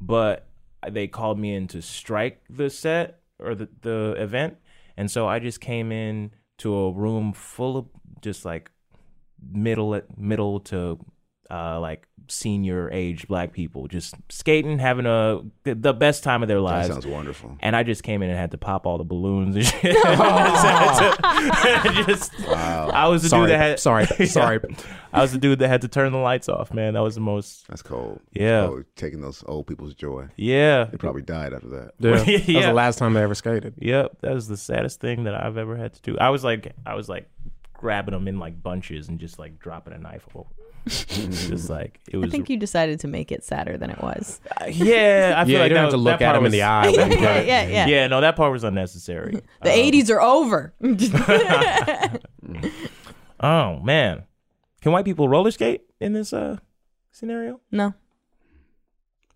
C: but they called me in to strike the set or the, the event and so i just came in to a room full of just like middle middle to uh, like senior age black people just skating having a the best time of their
F: That
C: lives
F: sounds wonderful.
C: and I just came in and had to pop all the balloons and shit. I just, I was the
D: Sorry.
C: dude that had,
D: sorry. Sorry.
C: I was the dude that had to turn the lights off, man. That was the most,
F: That's cold.
C: Yeah.
F: Oh, taking those old people's joy.
C: yeah.
F: They probably died after that.
D: Yeah. That was
C: Yeah.
D: the last time they ever skated.
C: Yep, that was the saddest thing that I've ever had to do. I was like, I was like grabbing them in like bunches and just like dropping a knife over. just like it
E: I
C: was.
E: think you decided to make it sadder than it was.
C: yeah, I feel
D: Yeah,
C: like
D: you don't
C: that
D: have to
C: was-
D: look
C: that
D: at
C: part
D: him in
C: was-
D: the eye. when you do
E: yeah,
D: it.
E: yeah, yeah.
C: Yeah, no, that part was unnecessary.
E: The 80s are over.
C: oh man, can white people roller skate in this uh scenario?
E: no.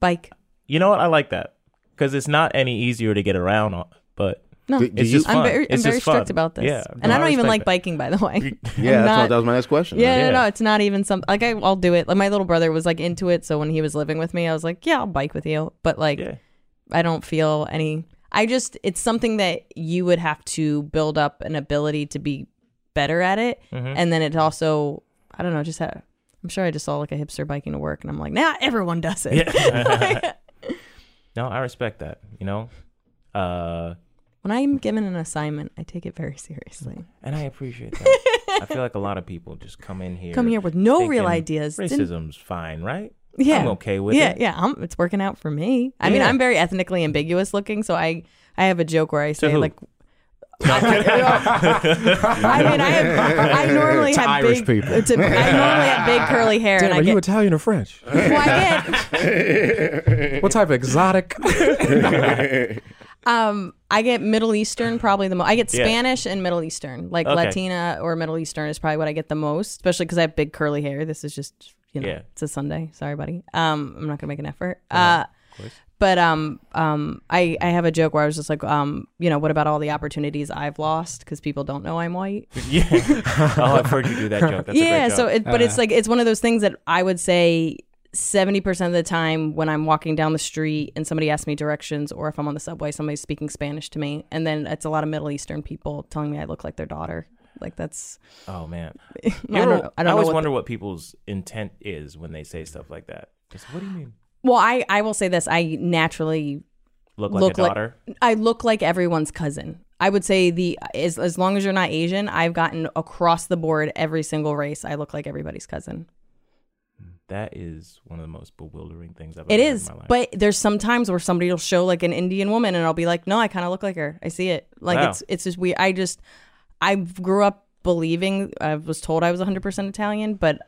E: Bike.
C: You know what? I like that because it's not any easier to get around on, but.
E: No.
F: Do- do
C: It's
F: you-
C: just
E: I'm
C: fun.
E: very, I'm
C: It's
E: very
C: just fun.
E: strict about this.
C: Yeah,
E: and
C: no,
E: I don't even
C: respect
E: like
C: that.
E: biking, by the way.
F: Yeah,
E: I'm
F: that's
E: not-
F: what, that was my next question.
E: Yeah,
C: Yeah.
E: no, no, it's not even something. Like I, I'll do it. Like my little brother was like into it, so when he was living with me, I was like, yeah, I'll bike with you. But like,
C: Yeah.
E: I don't feel any. I just it's something that you would have to build up an ability to be better at it,
C: Mm-hmm.
E: and then it also I don't know. Just had, I'm sure I just saw like a hipster biking to work, and I'm like, nah, everyone does it.
C: No, I respect that. You know, uh,
E: when I'm given an assignment, I take it very seriously.
C: and I appreciate that. I feel like a lot of people just come in here,
E: Come here with no real
C: thinking
E: ideas. didn't-
C: Racism's fine, right?
E: Yeah,
C: I'm okay with
E: yeah,
C: it.
E: Yeah, yeah, it's working out for me. I mean,
C: Yeah.
E: I'm very ethnically ambiguous looking, so I I have a joke where I say
C: who?
E: like. I mean, I have. I normally
D: To
E: have
D: Irish
E: big.
D: people.
E: to- I normally have big curly hair,
D: Damn,
E: and
D: are
E: I
D: you
E: get,
D: Italian or French?
E: well, I get
D: what type of exotic?
E: um I get Middle Eastern probably the most. I get
C: Yeah.
E: Spanish and Middle Eastern, like
C: Okay.
E: Latina or Middle Eastern is probably what I get the most, especially because I have big curly hair. This is just you know,
C: Yeah.
E: it's a Sunday. Sorry, buddy. Um, I'm not gonna make an effort. Uh, but um, um, I I have a joke where I was just like, um, you know, what about all the opportunities I've lost because people don't know I'm white?
C: Yeah. oh, I've heard you do that joke. That's
E: yeah.
C: a great Uh-huh. joke.
E: So, it, but it's like it's one of those things that I would say. 70% of the time when I'm walking down the street and somebody asks me directions or if I'm on the subway somebody's speaking Spanish to me and then it's a lot of Middle Eastern people telling me I look like their daughter like that's
C: oh man,
E: I don't know. I don't know
C: always
E: what
C: wonder what people's intent is when they say stuff like that. Just, what do you mean?
E: Well, I, I will say this. I naturally
C: Look like
E: Look
C: a
E: like-
C: daughter.
E: I look like everyone's cousin. I would say the as as long as you're not Asian, I've gotten across the board every single race. I look like everybody's cousin.
C: that is one of the most bewildering things I've
E: It
C: ever heard
E: is,
C: in my life.
E: but there's some times where somebody will show like an Indian woman, and I'll be like, "No, I kind of look like her. I see it." Like
C: Wow.
E: it's it's just weird. I just I grew up believing I was told I was 100 percent Italian, but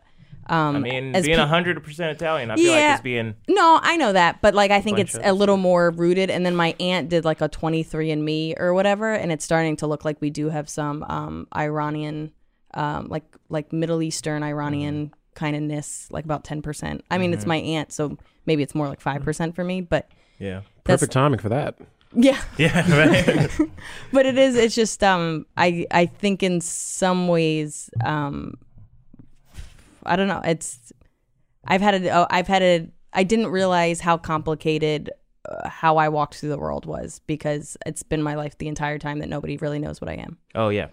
E: um,
C: I mean,
E: as
C: being
E: pe-
C: hundred percent Italian, I feel like
E: Yeah.
C: it's being
E: No, I know that, but like I think
C: Bunch
E: it's
C: of
E: a little more rooted. And then my aunt did like a 23 and Me or whatever, and it's starting to look like we do have some um, Iranian, um, like like Middle Eastern Iranian
C: Mm-hmm.
E: kind of ness, like about 10 percent. I mean, it's my aunt, so maybe it's more like five
C: Mm-hmm.
E: percent for me, but
C: yeah,
E: that's
D: Perfect timing for that.
E: yeah.
C: yeah, right?
E: But it is. It's just um, I I think in some ways um, I don't know. It's I've had a oh, I've had a I didn't realize how complicated uh, how I walked through the world was because it's been my life the entire time that nobody really knows what I am.
C: oh yeah,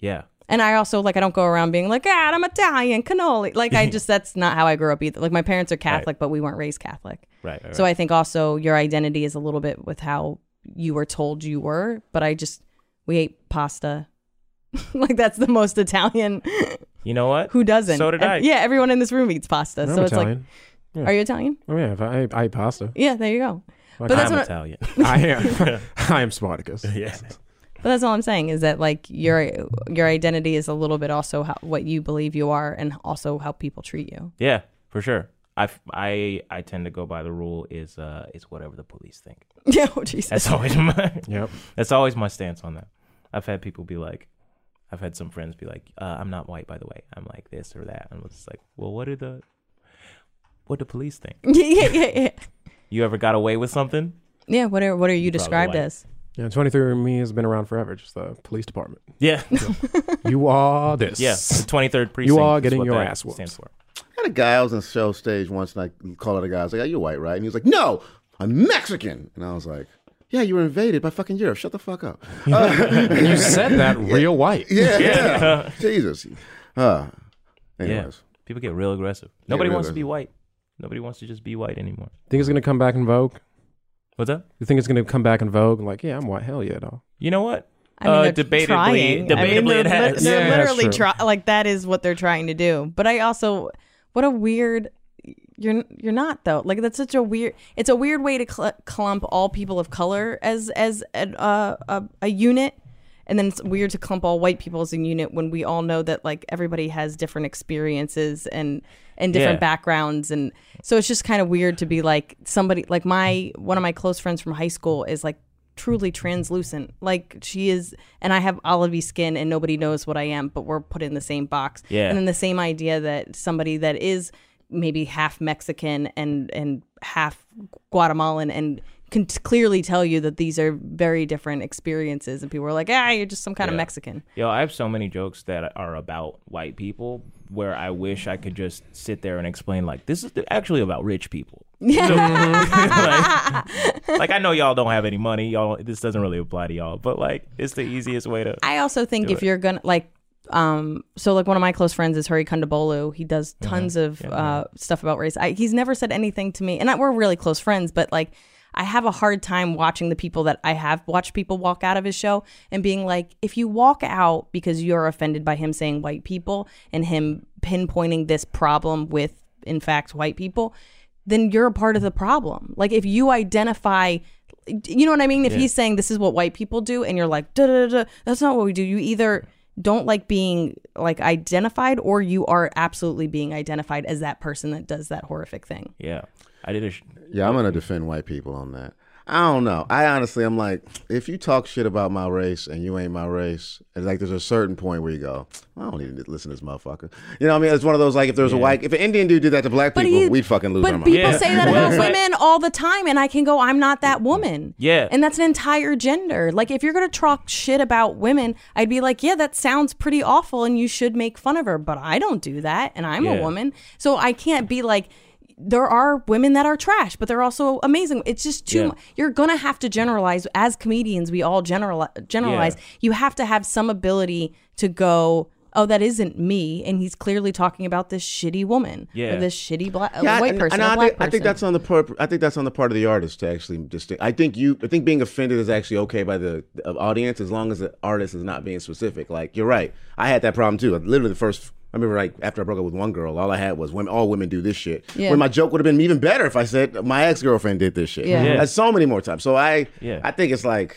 C: yeah.
E: And I also like I don't go around being like God, I'm Italian, cannoli. Like I just that's not how I grew up either. Like my parents are Catholic, but we weren't raised Catholic.
C: Right. right.
E: So I think also your identity is a little bit with how you were told you were, but I just we ate pasta. like that's the most Italian.
C: you know what?
E: Who doesn't?
C: So did
E: Ev-
C: I.
E: Yeah, everyone in this room eats pasta.
D: I'm
E: uh, so it's
D: Italian.
E: like, are you Italian?
D: oh yeah, if I, I eat pasta.
E: Yeah, there you go.
D: Like,
E: But that's
C: I'm
E: what-
C: Italian.
D: I am. I am Spartacus.
C: yeah.
E: But that's all I'm saying is that like your your identity is a little bit also how, what you believe you are, and also how people treat you.
C: Yeah, for sure. I, f- I- I tend to go by the rule is uh is whatever the police think.
E: Yeah, oh, Jesus.
C: That's always my
D: Yep.
C: that's always my stance on that. I've had people be like, I've had some friends be like, uh, I'm not white by the way. I'm like this or that, and I'm just like, well, what do the what do police think?
E: yeah, yeah, yeah.
C: You ever got away with something?
E: Yeah. What are what are
C: Probably
E: you described
C: white.
E: as?
D: Yeah, 23andMe has been around forever, just the police department.
C: Yeah,
D: You are this.
C: yeah. The twenty third precinct.
D: You are
C: is
D: getting
C: what
D: your
C: that
D: ass whooped.
C: stands for.
F: I had a guy I was on the show stage once, and I called out a guy. I was like, "Are you white, right?" And he was like, "No, I'm Mexican." And I was like, "Yeah, you were invaded by fucking Europe. Shut the fuck up."
D: You said that real white.
F: Yeah, yeah. Jesus. Uh, anyways,
C: People get real aggressive. Nobody
F: real
C: wants to be
F: aggressive.
C: white. Nobody wants to just be white anymore.
D: Think it's gonna come back in vogue?
C: What's up?
D: You think it's gonna come back in vogue? Like, yeah, I'm white. Hell yeah, dog.
C: You know what?
E: I mean,
C: Uh,
E: they're
C: debatably-
E: trying. I mean,
C: debatably
E: they're,
C: it has.
E: they're
D: Yeah, that's
E: literally
D: true.
E: try- like that is what they're trying to do. But I also, what a weird. You're you're not though. Like that's such a weird. It's a weird way to cl- clump all people of color as as an, uh, a a unit, and then it's weird to clump all white people as a unit when we all know that like everybody has different experiences and and different
C: Yeah.
E: backgrounds and so it's just kind of weird to be like somebody like my one of my close friends from high school is like truly translucent. Like she is, and I have olivey skin, and nobody knows what I am, but we're put in the same box.
C: Yeah.
E: And then the same idea that somebody that is maybe half Mexican and and half Guatemalan and can t- clearly tell you that these are very different experiences, and people are like, ah, you're just some kind of Mexican.
C: Yo, I have so many jokes that are about white people where I wish I could just sit there and explain like this is actually about rich people. So, like, like, I know y'all don't have any money, y'all. This doesn't really apply to y'all, but like it's the easiest way to.
E: I also think if you're gonna like, um, so like one of my close friends is Hari Kondabolu. He does tons of uh, stuff about race. I, he's never said anything to me, and I, we're really close friends. But like, I have a hard time watching the people that I have watched people walk out of his show and being like, if you walk out because you're offended by him saying white people and him pinpointing this problem with, in fact, white people, then you're a part of the problem. Like if you identify you know what I mean? If he's saying this is what white people do and you're like, da da da, da, that's not what we do. You either don't like being like identified or you are absolutely being identified as that person that does that horrific thing.
C: Yeah, I did a. Sh-
F: yeah, I'm gonna defend white people on that. I don't know. I honestly, I'm like, if you talk shit about my race and you ain't my race, it's like there's a certain point where you go, I don't need to listen to this motherfucker. You know what I mean? It's one of those like, if there was a white, if an Indian dude did that to black
E: But
F: people,
E: he-
F: we'd fucking lose our
E: But
F: mind.
E: people
C: Yeah.
E: say that
C: Well,
E: about
C: right.
E: women all the time, and I can go, I'm not that woman.
C: Yeah.
E: And that's an entire gender. Like, if you're going to talk shit about women, I'd be like, yeah, that sounds pretty awful, and you should make fun of her, but I don't do that, and I'm
C: Yeah.
E: a woman. So I can't be like, there are women that are trash, but they're also amazing. It's just too
C: Yeah.
E: much. You're going to have to generalize. As comedians, we all general- generalize.
C: Yeah.
E: You have to have some ability to go, oh, that isn't me. And he's clearly talking about this shitty woman
C: Yeah.
E: or this shitty black
F: Yeah,
E: a white
F: and-
E: person,
F: and
E: a
F: I
E: black
F: think, I
E: person.
F: think that's on the part. I think that's on the part of the artist to actually distinct. I think you. I think being offended is actually okay by the, the audience as long as the artist is not being specific. Like you're right. I had that problem too. Literally the first. I remember like after I broke up with one girl, all I had was women. All women do this shit.
E: Yeah.
F: When my joke would have been even better if I said my ex girlfriend did this shit.
E: Yeah.
C: Yeah.
F: That's so many more times. So I.
C: Yeah.
F: I think it's like.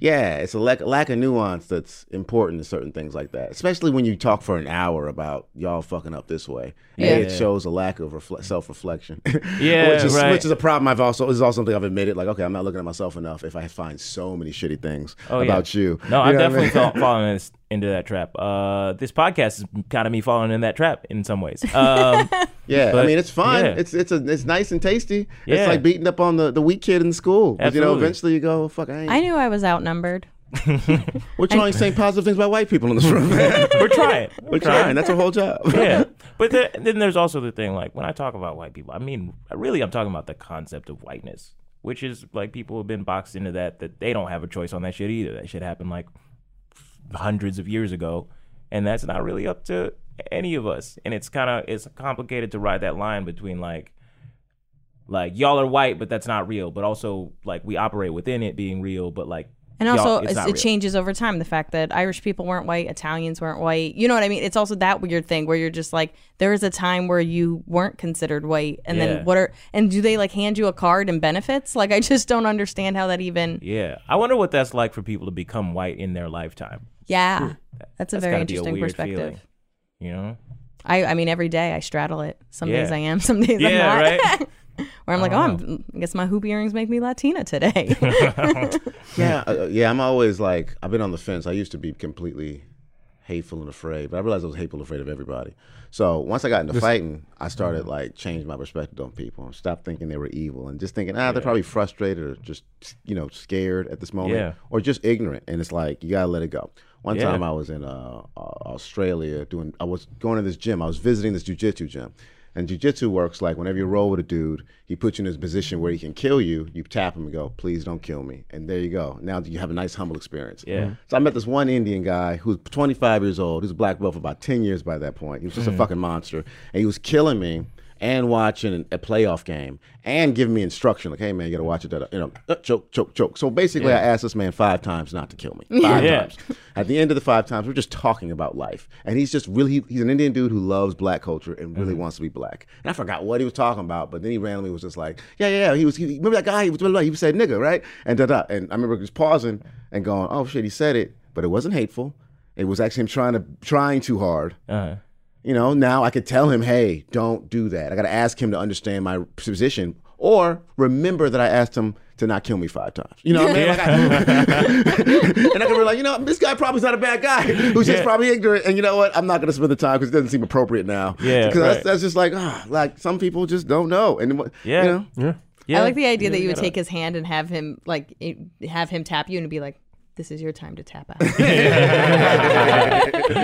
F: Yeah, it's a lack, lack of nuance that's important to certain things like that, especially when you talk for an hour about y'all fucking up this way. Yeah.
E: Yeah.
F: it shows a lack of refle- self-reflection.
C: Yeah,
F: which is
C: right.
F: which is a problem. I've also this is also something I've admitted. Like, okay, I'm not looking at myself enough. If I find so many shitty things
C: Oh, yeah.
F: about you,
C: No,
F: You
C: I'm
F: know what I
C: definitely
F: mean?
C: fall- falling in this, into that trap. Uh, this podcast is kind of me falling in that trap in some ways. Um,
F: yeah.
C: but-
F: I mean, it's fun.
C: yeah.
F: It's it's a, it's nice and tasty.
C: Yeah.
F: It's like beating up on the, the weak kid in school. 'Cause, You know,
C: Absolutely.
F: eventually you go, fuck, I ain't.
E: I knew I was outnumbered.
F: We're trying to say positive things about white people in this room. We're
C: we're trying. We're
F: trying. That's our whole job.
C: yeah. But there, then there's also the thing like when I talk about white people, I mean, really, I'm talking about the concept of whiteness, which is like people have been boxed into that that they don't have a choice on that shit either. That shit happened like hundreds of years ago, and that's not really up to any of us. And it's kind of it's complicated to ride that line between like like y'all are white, but that's not real. But also like we operate within it being real, but like
E: And
C: y'all-
E: also,
C: it's
E: it's-
C: not
E: it
C: real.
E: changes over time. The fact that Irish people weren't white, Italians weren't white. You know what I mean? It's also that weird thing where you're just like, there is a time where you weren't considered white, and
C: Yeah.
E: then what are and do they like hand you a card and benefits? Like, I just don't understand how that even.
C: Yeah, I wonder what that's like for people to become white in their lifetime.
E: Yeah, that's a
C: That's
E: very
C: gotta be a
E: interesting
C: weird
E: perspective.
C: feeling. You know?
E: I, I mean, every day I straddle it. Some days
C: Yeah.
E: I am, some days I'm
C: Yeah,
E: not.
C: right?
E: Where I'm like, oh, I'm, I guess my hoop earrings make me Latina today.
F: Yeah, uh, yeah. I'm always like I've been on the fence. I used to be completely hateful and afraid, but I realized I was hateful and afraid of everybody. So once I got into fighting, I started like changing my perspective on people and stopped thinking they were evil and just thinking ah they're probably frustrated or just you know scared at this moment
C: Yeah.
F: or just ignorant. And it's like you gotta let it go. One
C: Yeah.
F: time I was in uh, uh, Australia doing I was going to this gym. I was visiting this jujitsu gym. And jujitsu works like whenever you roll with a dude, he puts you in this position where he can kill you. You tap him and go, please don't kill me. And there you go. Now you have a nice humble experience. Mm-hmm.
C: Yeah.
F: So I met this one Indian guy who's 25 years old. He was a black belt for about 10 years by that point. He was
C: Mm.
F: just a fucking monster. And he was killing me and watching a playoff game and giving me instruction like, hey man, you gotta watch it. Da, da, you know, uh, choke, choke, choke. So basically, I asked this man five times not to kill me. Five
C: Yeah.
F: times. At the end of the five times, we're just talking about life. And he's just really, he's an Indian dude who loves black culture and
C: Mm-hmm.
F: really wants to be black. And I forgot what he was talking about, but then he randomly was just like, yeah, yeah, yeah. He was, he, remember that guy? He was, blah, blah, blah. he said nigga, right? And da da. And I remember just pausing and going, oh shit, he said it, but it wasn't hateful. It was actually him trying to, trying too hard.
C: Uh,
F: You know, now I could tell him, hey, don't do that. I got to ask him to understand my position or remember that I asked him to not kill me five times. You know what I mean? Like I- and I can be like, you know, this guy probably's not a bad guy who's just
C: Yeah.
F: probably ignorant. And you know what? I'm not going to spend the time because it doesn't seem appropriate now.
C: Yeah,
F: Because
C: right.
F: that's, that's just like, ah, like some people just don't know. And, what-
C: Yeah.
F: you know,
C: yeah.
E: I like the idea that you would take his hand and have him like it- have him tap you and be like, "This is your time to tap out."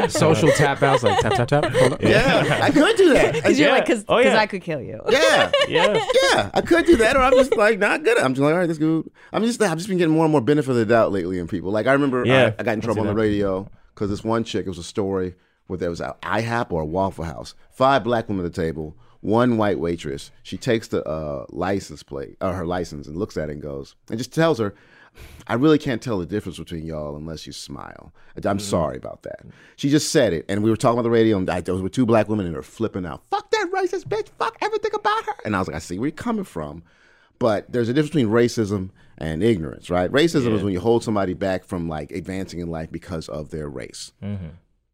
D: Social tap outs like tap tap tap. Hold up.
F: yeah, I could do that. I-
E: Because you're like,
C: Yeah.
E: because
C: Oh, yeah.
E: I could kill you.
F: yeah.
C: Yeah.
F: Yeah, I could do that, or I'm just like not good. at it. I'm just like, all right, this dude. I'm just, I've just been getting more and more benefit of the doubt lately in people. Like I remember,
C: Yeah,
F: I, I got in
C: I see
F: trouble on the
C: that.
F: radio because this one chick. It was a story where there was an IHOP or a Waffle House. Five black women at the table, one white waitress. She takes the uh, license plate, or her license, and looks at it and goes, and just tells her, I really can't tell the difference between y'all unless you smile. I'm
C: Mm.
F: sorry about that. She just said it, and we were talking on the radio, and I, those were two black women, and they're flipping out. Fuck that racist bitch. Fuck everything about her. And I was like, I see where you're coming from, but there's a difference between racism and
C: Mm-hmm.
F: ignorance, right? Racism is when you hold somebody back from like advancing in life because of their race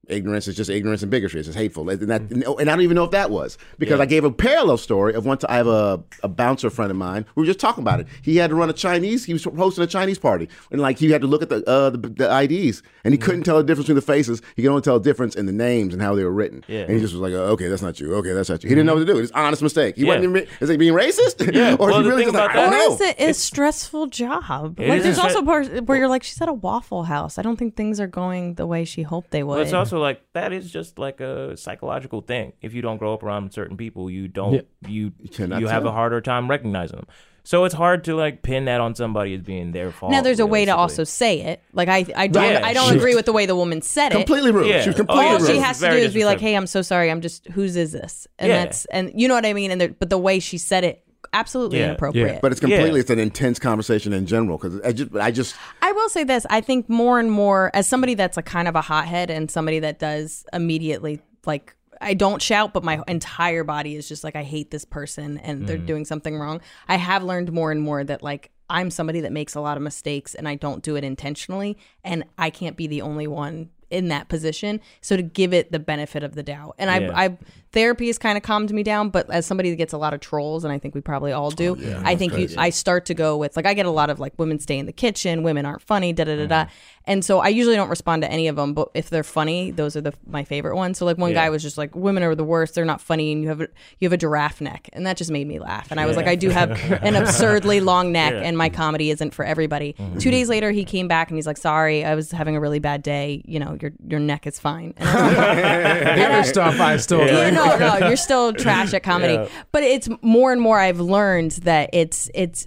F: Ignorance is just ignorance and bigotry. It's just hateful. And, that, and I don't even know if that was because I gave a parallel story of one time. I have a, a bouncer friend of mine. We were just talking about it. He had to run a Chinese. He was hosting a Chinese party, and like he had to look at the uh, the, the IDs, and
C: Mm-hmm.
F: he couldn't tell the difference between the faces. He could only tell the difference in the names and how they were written.
C: Yeah. Mm-hmm.
F: And he just was like, oh, okay, that's not you. Okay, that's not you. He didn't know what to do. It's honest mistake. He
C: Yeah.
F: wasn't even, is he being racist? Yeah.
C: Well,
F: or is
C: the
F: he really
C: thing
F: just like,
C: about
F: I
E: Or
C: that-
F: don't
E: is
F: know.
E: it a stressful job?
C: It
E: like,
C: is
E: there's
C: a
E: also
C: stre-
E: parts where you're like, she's at a Waffle House. I don't think things are going the way she hoped they would.
C: But it's also like that is just like a psychological thing. If you don't grow up around certain people, you don't you you,
F: cannot
C: have
F: tell.
C: a harder time recognizing them. So it's hard to like pin that on somebody as being their fault.
E: now, there's a way to
C: realistically.
E: also say it. Like, I, I don't,
C: Yeah,
E: I don't
C: she-
E: agree with the way the woman said it.
F: Completely rude.
C: Yeah.
F: She was
C: Oh,
F: completely
E: All
C: yeah,
E: she
F: rude.
C: right.
E: has to do
C: Very
E: is be like,
C: disrespectful.
E: "Hey, I'm so sorry. I'm just whose is this?" And
C: Yeah.
E: that's and you know what I mean. And there- but the way she said it, absolutely
C: Yeah.
E: inappropriate.
F: But it's completely
C: Yeah.
F: it's an intense conversation in general because I just I just
E: I will say this: I think more and more, as somebody that's a kind of a hothead and somebody that does immediately like. I don't shout, but my entire body is just like I hate this person and they're doing something wrong. I have learned more and more that like I'm somebody that makes a lot of mistakes and I don't do it intentionally and I can't be the only one in that position. So to give it the benefit of the doubt. And
C: Yeah.
E: I I therapy has kind of calmed me down, but as somebody that gets a lot of trolls and I think we probably all do, I think you, I start to go with like I get a lot of like women stay in the kitchen, women aren't funny, da da da da. And so I usually don't respond to any of them, but if they're funny, those are the my favorite ones. So like one guy was just like women are the worst, they're not funny and you have a, you have a giraffe neck. And that just made me laugh. And I was like I do have an absurdly long neck and my comedy isn't for everybody. 2 days later he came back and he's like sorry, I was having a really bad day, you know, your your neck is fine. And I'm like,
D: The other stuff I still
E: yeah,
D: agree.
E: no, no, you're still trash at comedy. But it's more and more I've learned that it's it's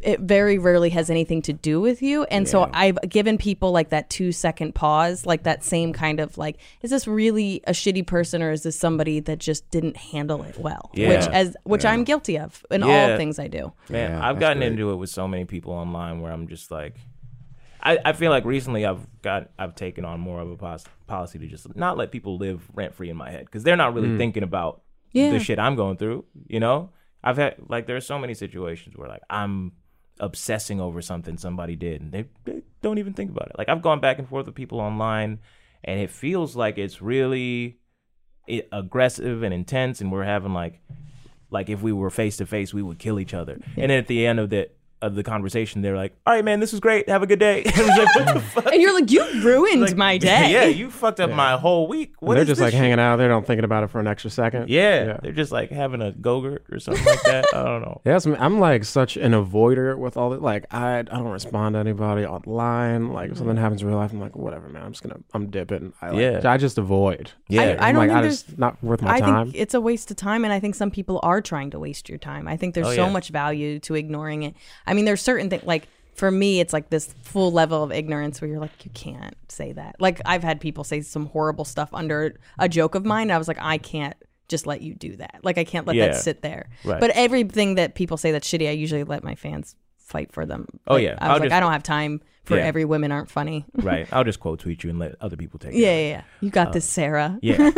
E: it very rarely has anything to do with you. And so I've given people like that two second pause, like that same kind of like, is this really a shitty person or is this somebody that just didn't handle it well?
C: Yeah.
E: Which as which I'm guilty of in
C: Yeah.
E: all things I do.
C: Man,
F: Yeah,
C: I've
F: that's
C: gotten
F: great.
C: into it with so many people online where I'm just like, I, I feel like recently I've got I've taken on more of a pos- policy to just not let people live rent free in my head because they're not
F: Mm.
C: really thinking about
E: Yeah.
C: the shit I'm going through. You know, I've had like there's so many situations where like I'm obsessing over something somebody did and they, they don't even think about it. Like I've gone back and forth with people online, and it feels like it's really i aggressive and intense, and we're having like like if we were face to face, we would kill each other. And then at the end of the of the conversation, they're like, "All right, man, this was great. Have a good day." And I was like, "What the fuck?"
E: And you're like, you ruined my day.
C: Yeah, you fucked up my whole week. What
D: They're
C: is
D: just
C: this
D: like
C: shit?
D: hanging out there, don't thinking about it for an extra second.
C: Yeah, they're just like having a gogurt or something like that. I don't know.
D: Yes, I'm- I'm like such an avoider with all that. Like I, I don't respond to anybody online. Like if something happens in real life, I'm like whatever, man. I'm just gonna, I'm dipping. I, like,
C: Mm-hmm. Yeah.
D: I just avoid.
C: Yeah,
E: I
D: I'm
E: don't
D: like,
E: think
D: I
E: there's-
D: just not worth my
E: I
D: time.
E: think it's a waste of time, and I think some people are trying to waste your time. I think there's
C: Oh,
E: so
C: yeah.
E: much value to ignoring it. I mean, there's certain things like for me, it's like this full level of ignorance where you're like, you can't say that. Like I've had people say some horrible stuff under a joke of mine. And I was like, I can't just let you do that. Like I can't let
C: Yeah.
E: that sit there.
C: Right.
E: But everything that people say that's shitty, I usually let my fans fight for them.
C: Oh,
E: Like,
C: yeah.
E: I was
C: I'll
E: like,
C: just-
E: I don't have time for
C: Yeah.
E: every women aren't funny.
C: right. I'll just quote tweet you and let other people take
E: yeah,
C: it.
E: yeah, yeah. You got this, Sarah.
C: Uh, Yeah.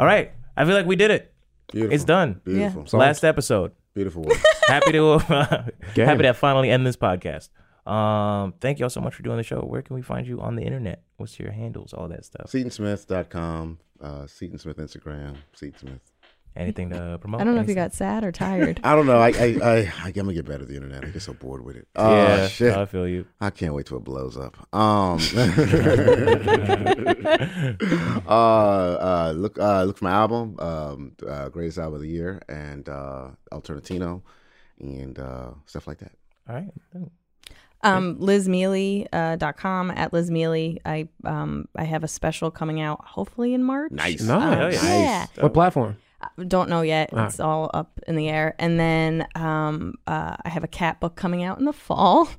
C: All right. I feel like we did it. It's done.
F: beautiful,
C: Last episode.
F: beautiful work.
C: Happy to
D: Game.
C: happy to finally end this podcast. Um, thank y'all so much for doing the show. Where can we find you on the internet? What's your handles? All that stuff.
F: SeatonSmith.com, uh, Seton Smith Instagram, Seton Smith.
C: Anything to promote?
E: I don't know if you
C: Anything?
E: got sad or tired.
F: I don't know. I I, I I am gonna get better at the internet. I get so bored with it. Oh
C: yeah,
F: shit!
C: I feel you.
F: I can't wait till it blows up. Um, uh, uh, look uh, look for my album, um, uh, greatest album of the year, and uh, Alternatino, and uh, stuff like that.
C: All right.
E: Um, LizMealy.com uh, .com, at Liz Mealy. I um, I have a special coming out hopefully in March.
F: Nice.
E: Oh,
C: Nice.
D: nice.
E: Yeah.
D: What platform?
E: I Don't know yet.
D: Ah.
E: It's all up in the air. And then um, uh, I have a cat book coming out in the fall.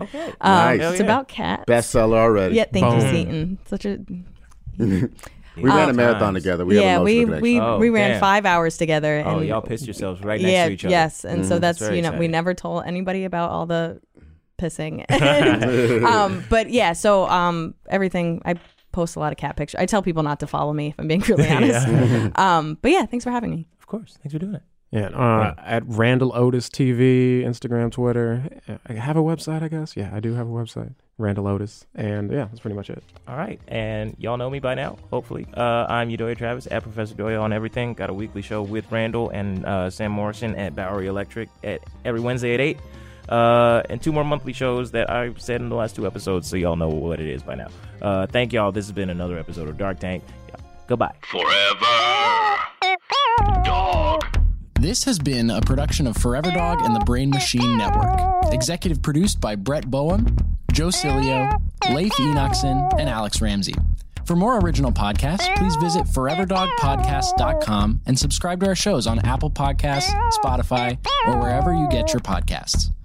C: Okay.
E: Um,
F: Nice.
C: Hell
E: It's
C: yeah.
E: about cats.
F: Bestseller already.
E: Yeah, thank you,
D: Boom.
E: Seton. Such a
F: We ran
E: uh,
F: a
C: Um,
F: marathon
C: times.
F: together. We
E: yeah.
F: have an
E: We
F: emotional connection.
E: we,
C: Oh,
E: we ran
C: damn.
E: five hours together. And
C: Oh, y'all pissed yourselves right next
E: yeah,
C: to each other. Mm,
E: Yes, and so that's,
C: very
E: you know we
C: exciting.
E: never told anybody about all the pissing. um, but yeah, so um, everything I post a lot of cat pictures. I tell people not to follow me if I'm being really honest. Um, but yeah, thanks for having me.
C: Of course. Thanks for doing it.
D: Yeah, uh, at Randall Otis TV, Instagram, Twitter. I have a website, I guess. Yeah, I do have a website. Randall Otis. And yeah, that's pretty much it.
C: All right, and y'all know me by now, hopefully. Uh, I'm Eudoya Travis at Professor Doya on everything. Got a weekly show with Randall and uh, Sam Morrison at Bowery Electric at every Wednesday at eight, uh, and two more monthly shows that I've said in the last two episodes, so y'all know what it is by now. Uh, thank y'all. This has been another episode of Dark Tank. Goodbye.
A: Forever. Dog.
G: This has been a production of Forever Dog and the Brain Machine Network. Executive produced by Brett Boehm, Joe Cilio, Leif Enochson, and Alex Ramsey. For more original podcasts, please visit foreverdogpodcast.com and subscribe to our shows on Apple Podcasts, Spotify, or wherever you get your podcasts.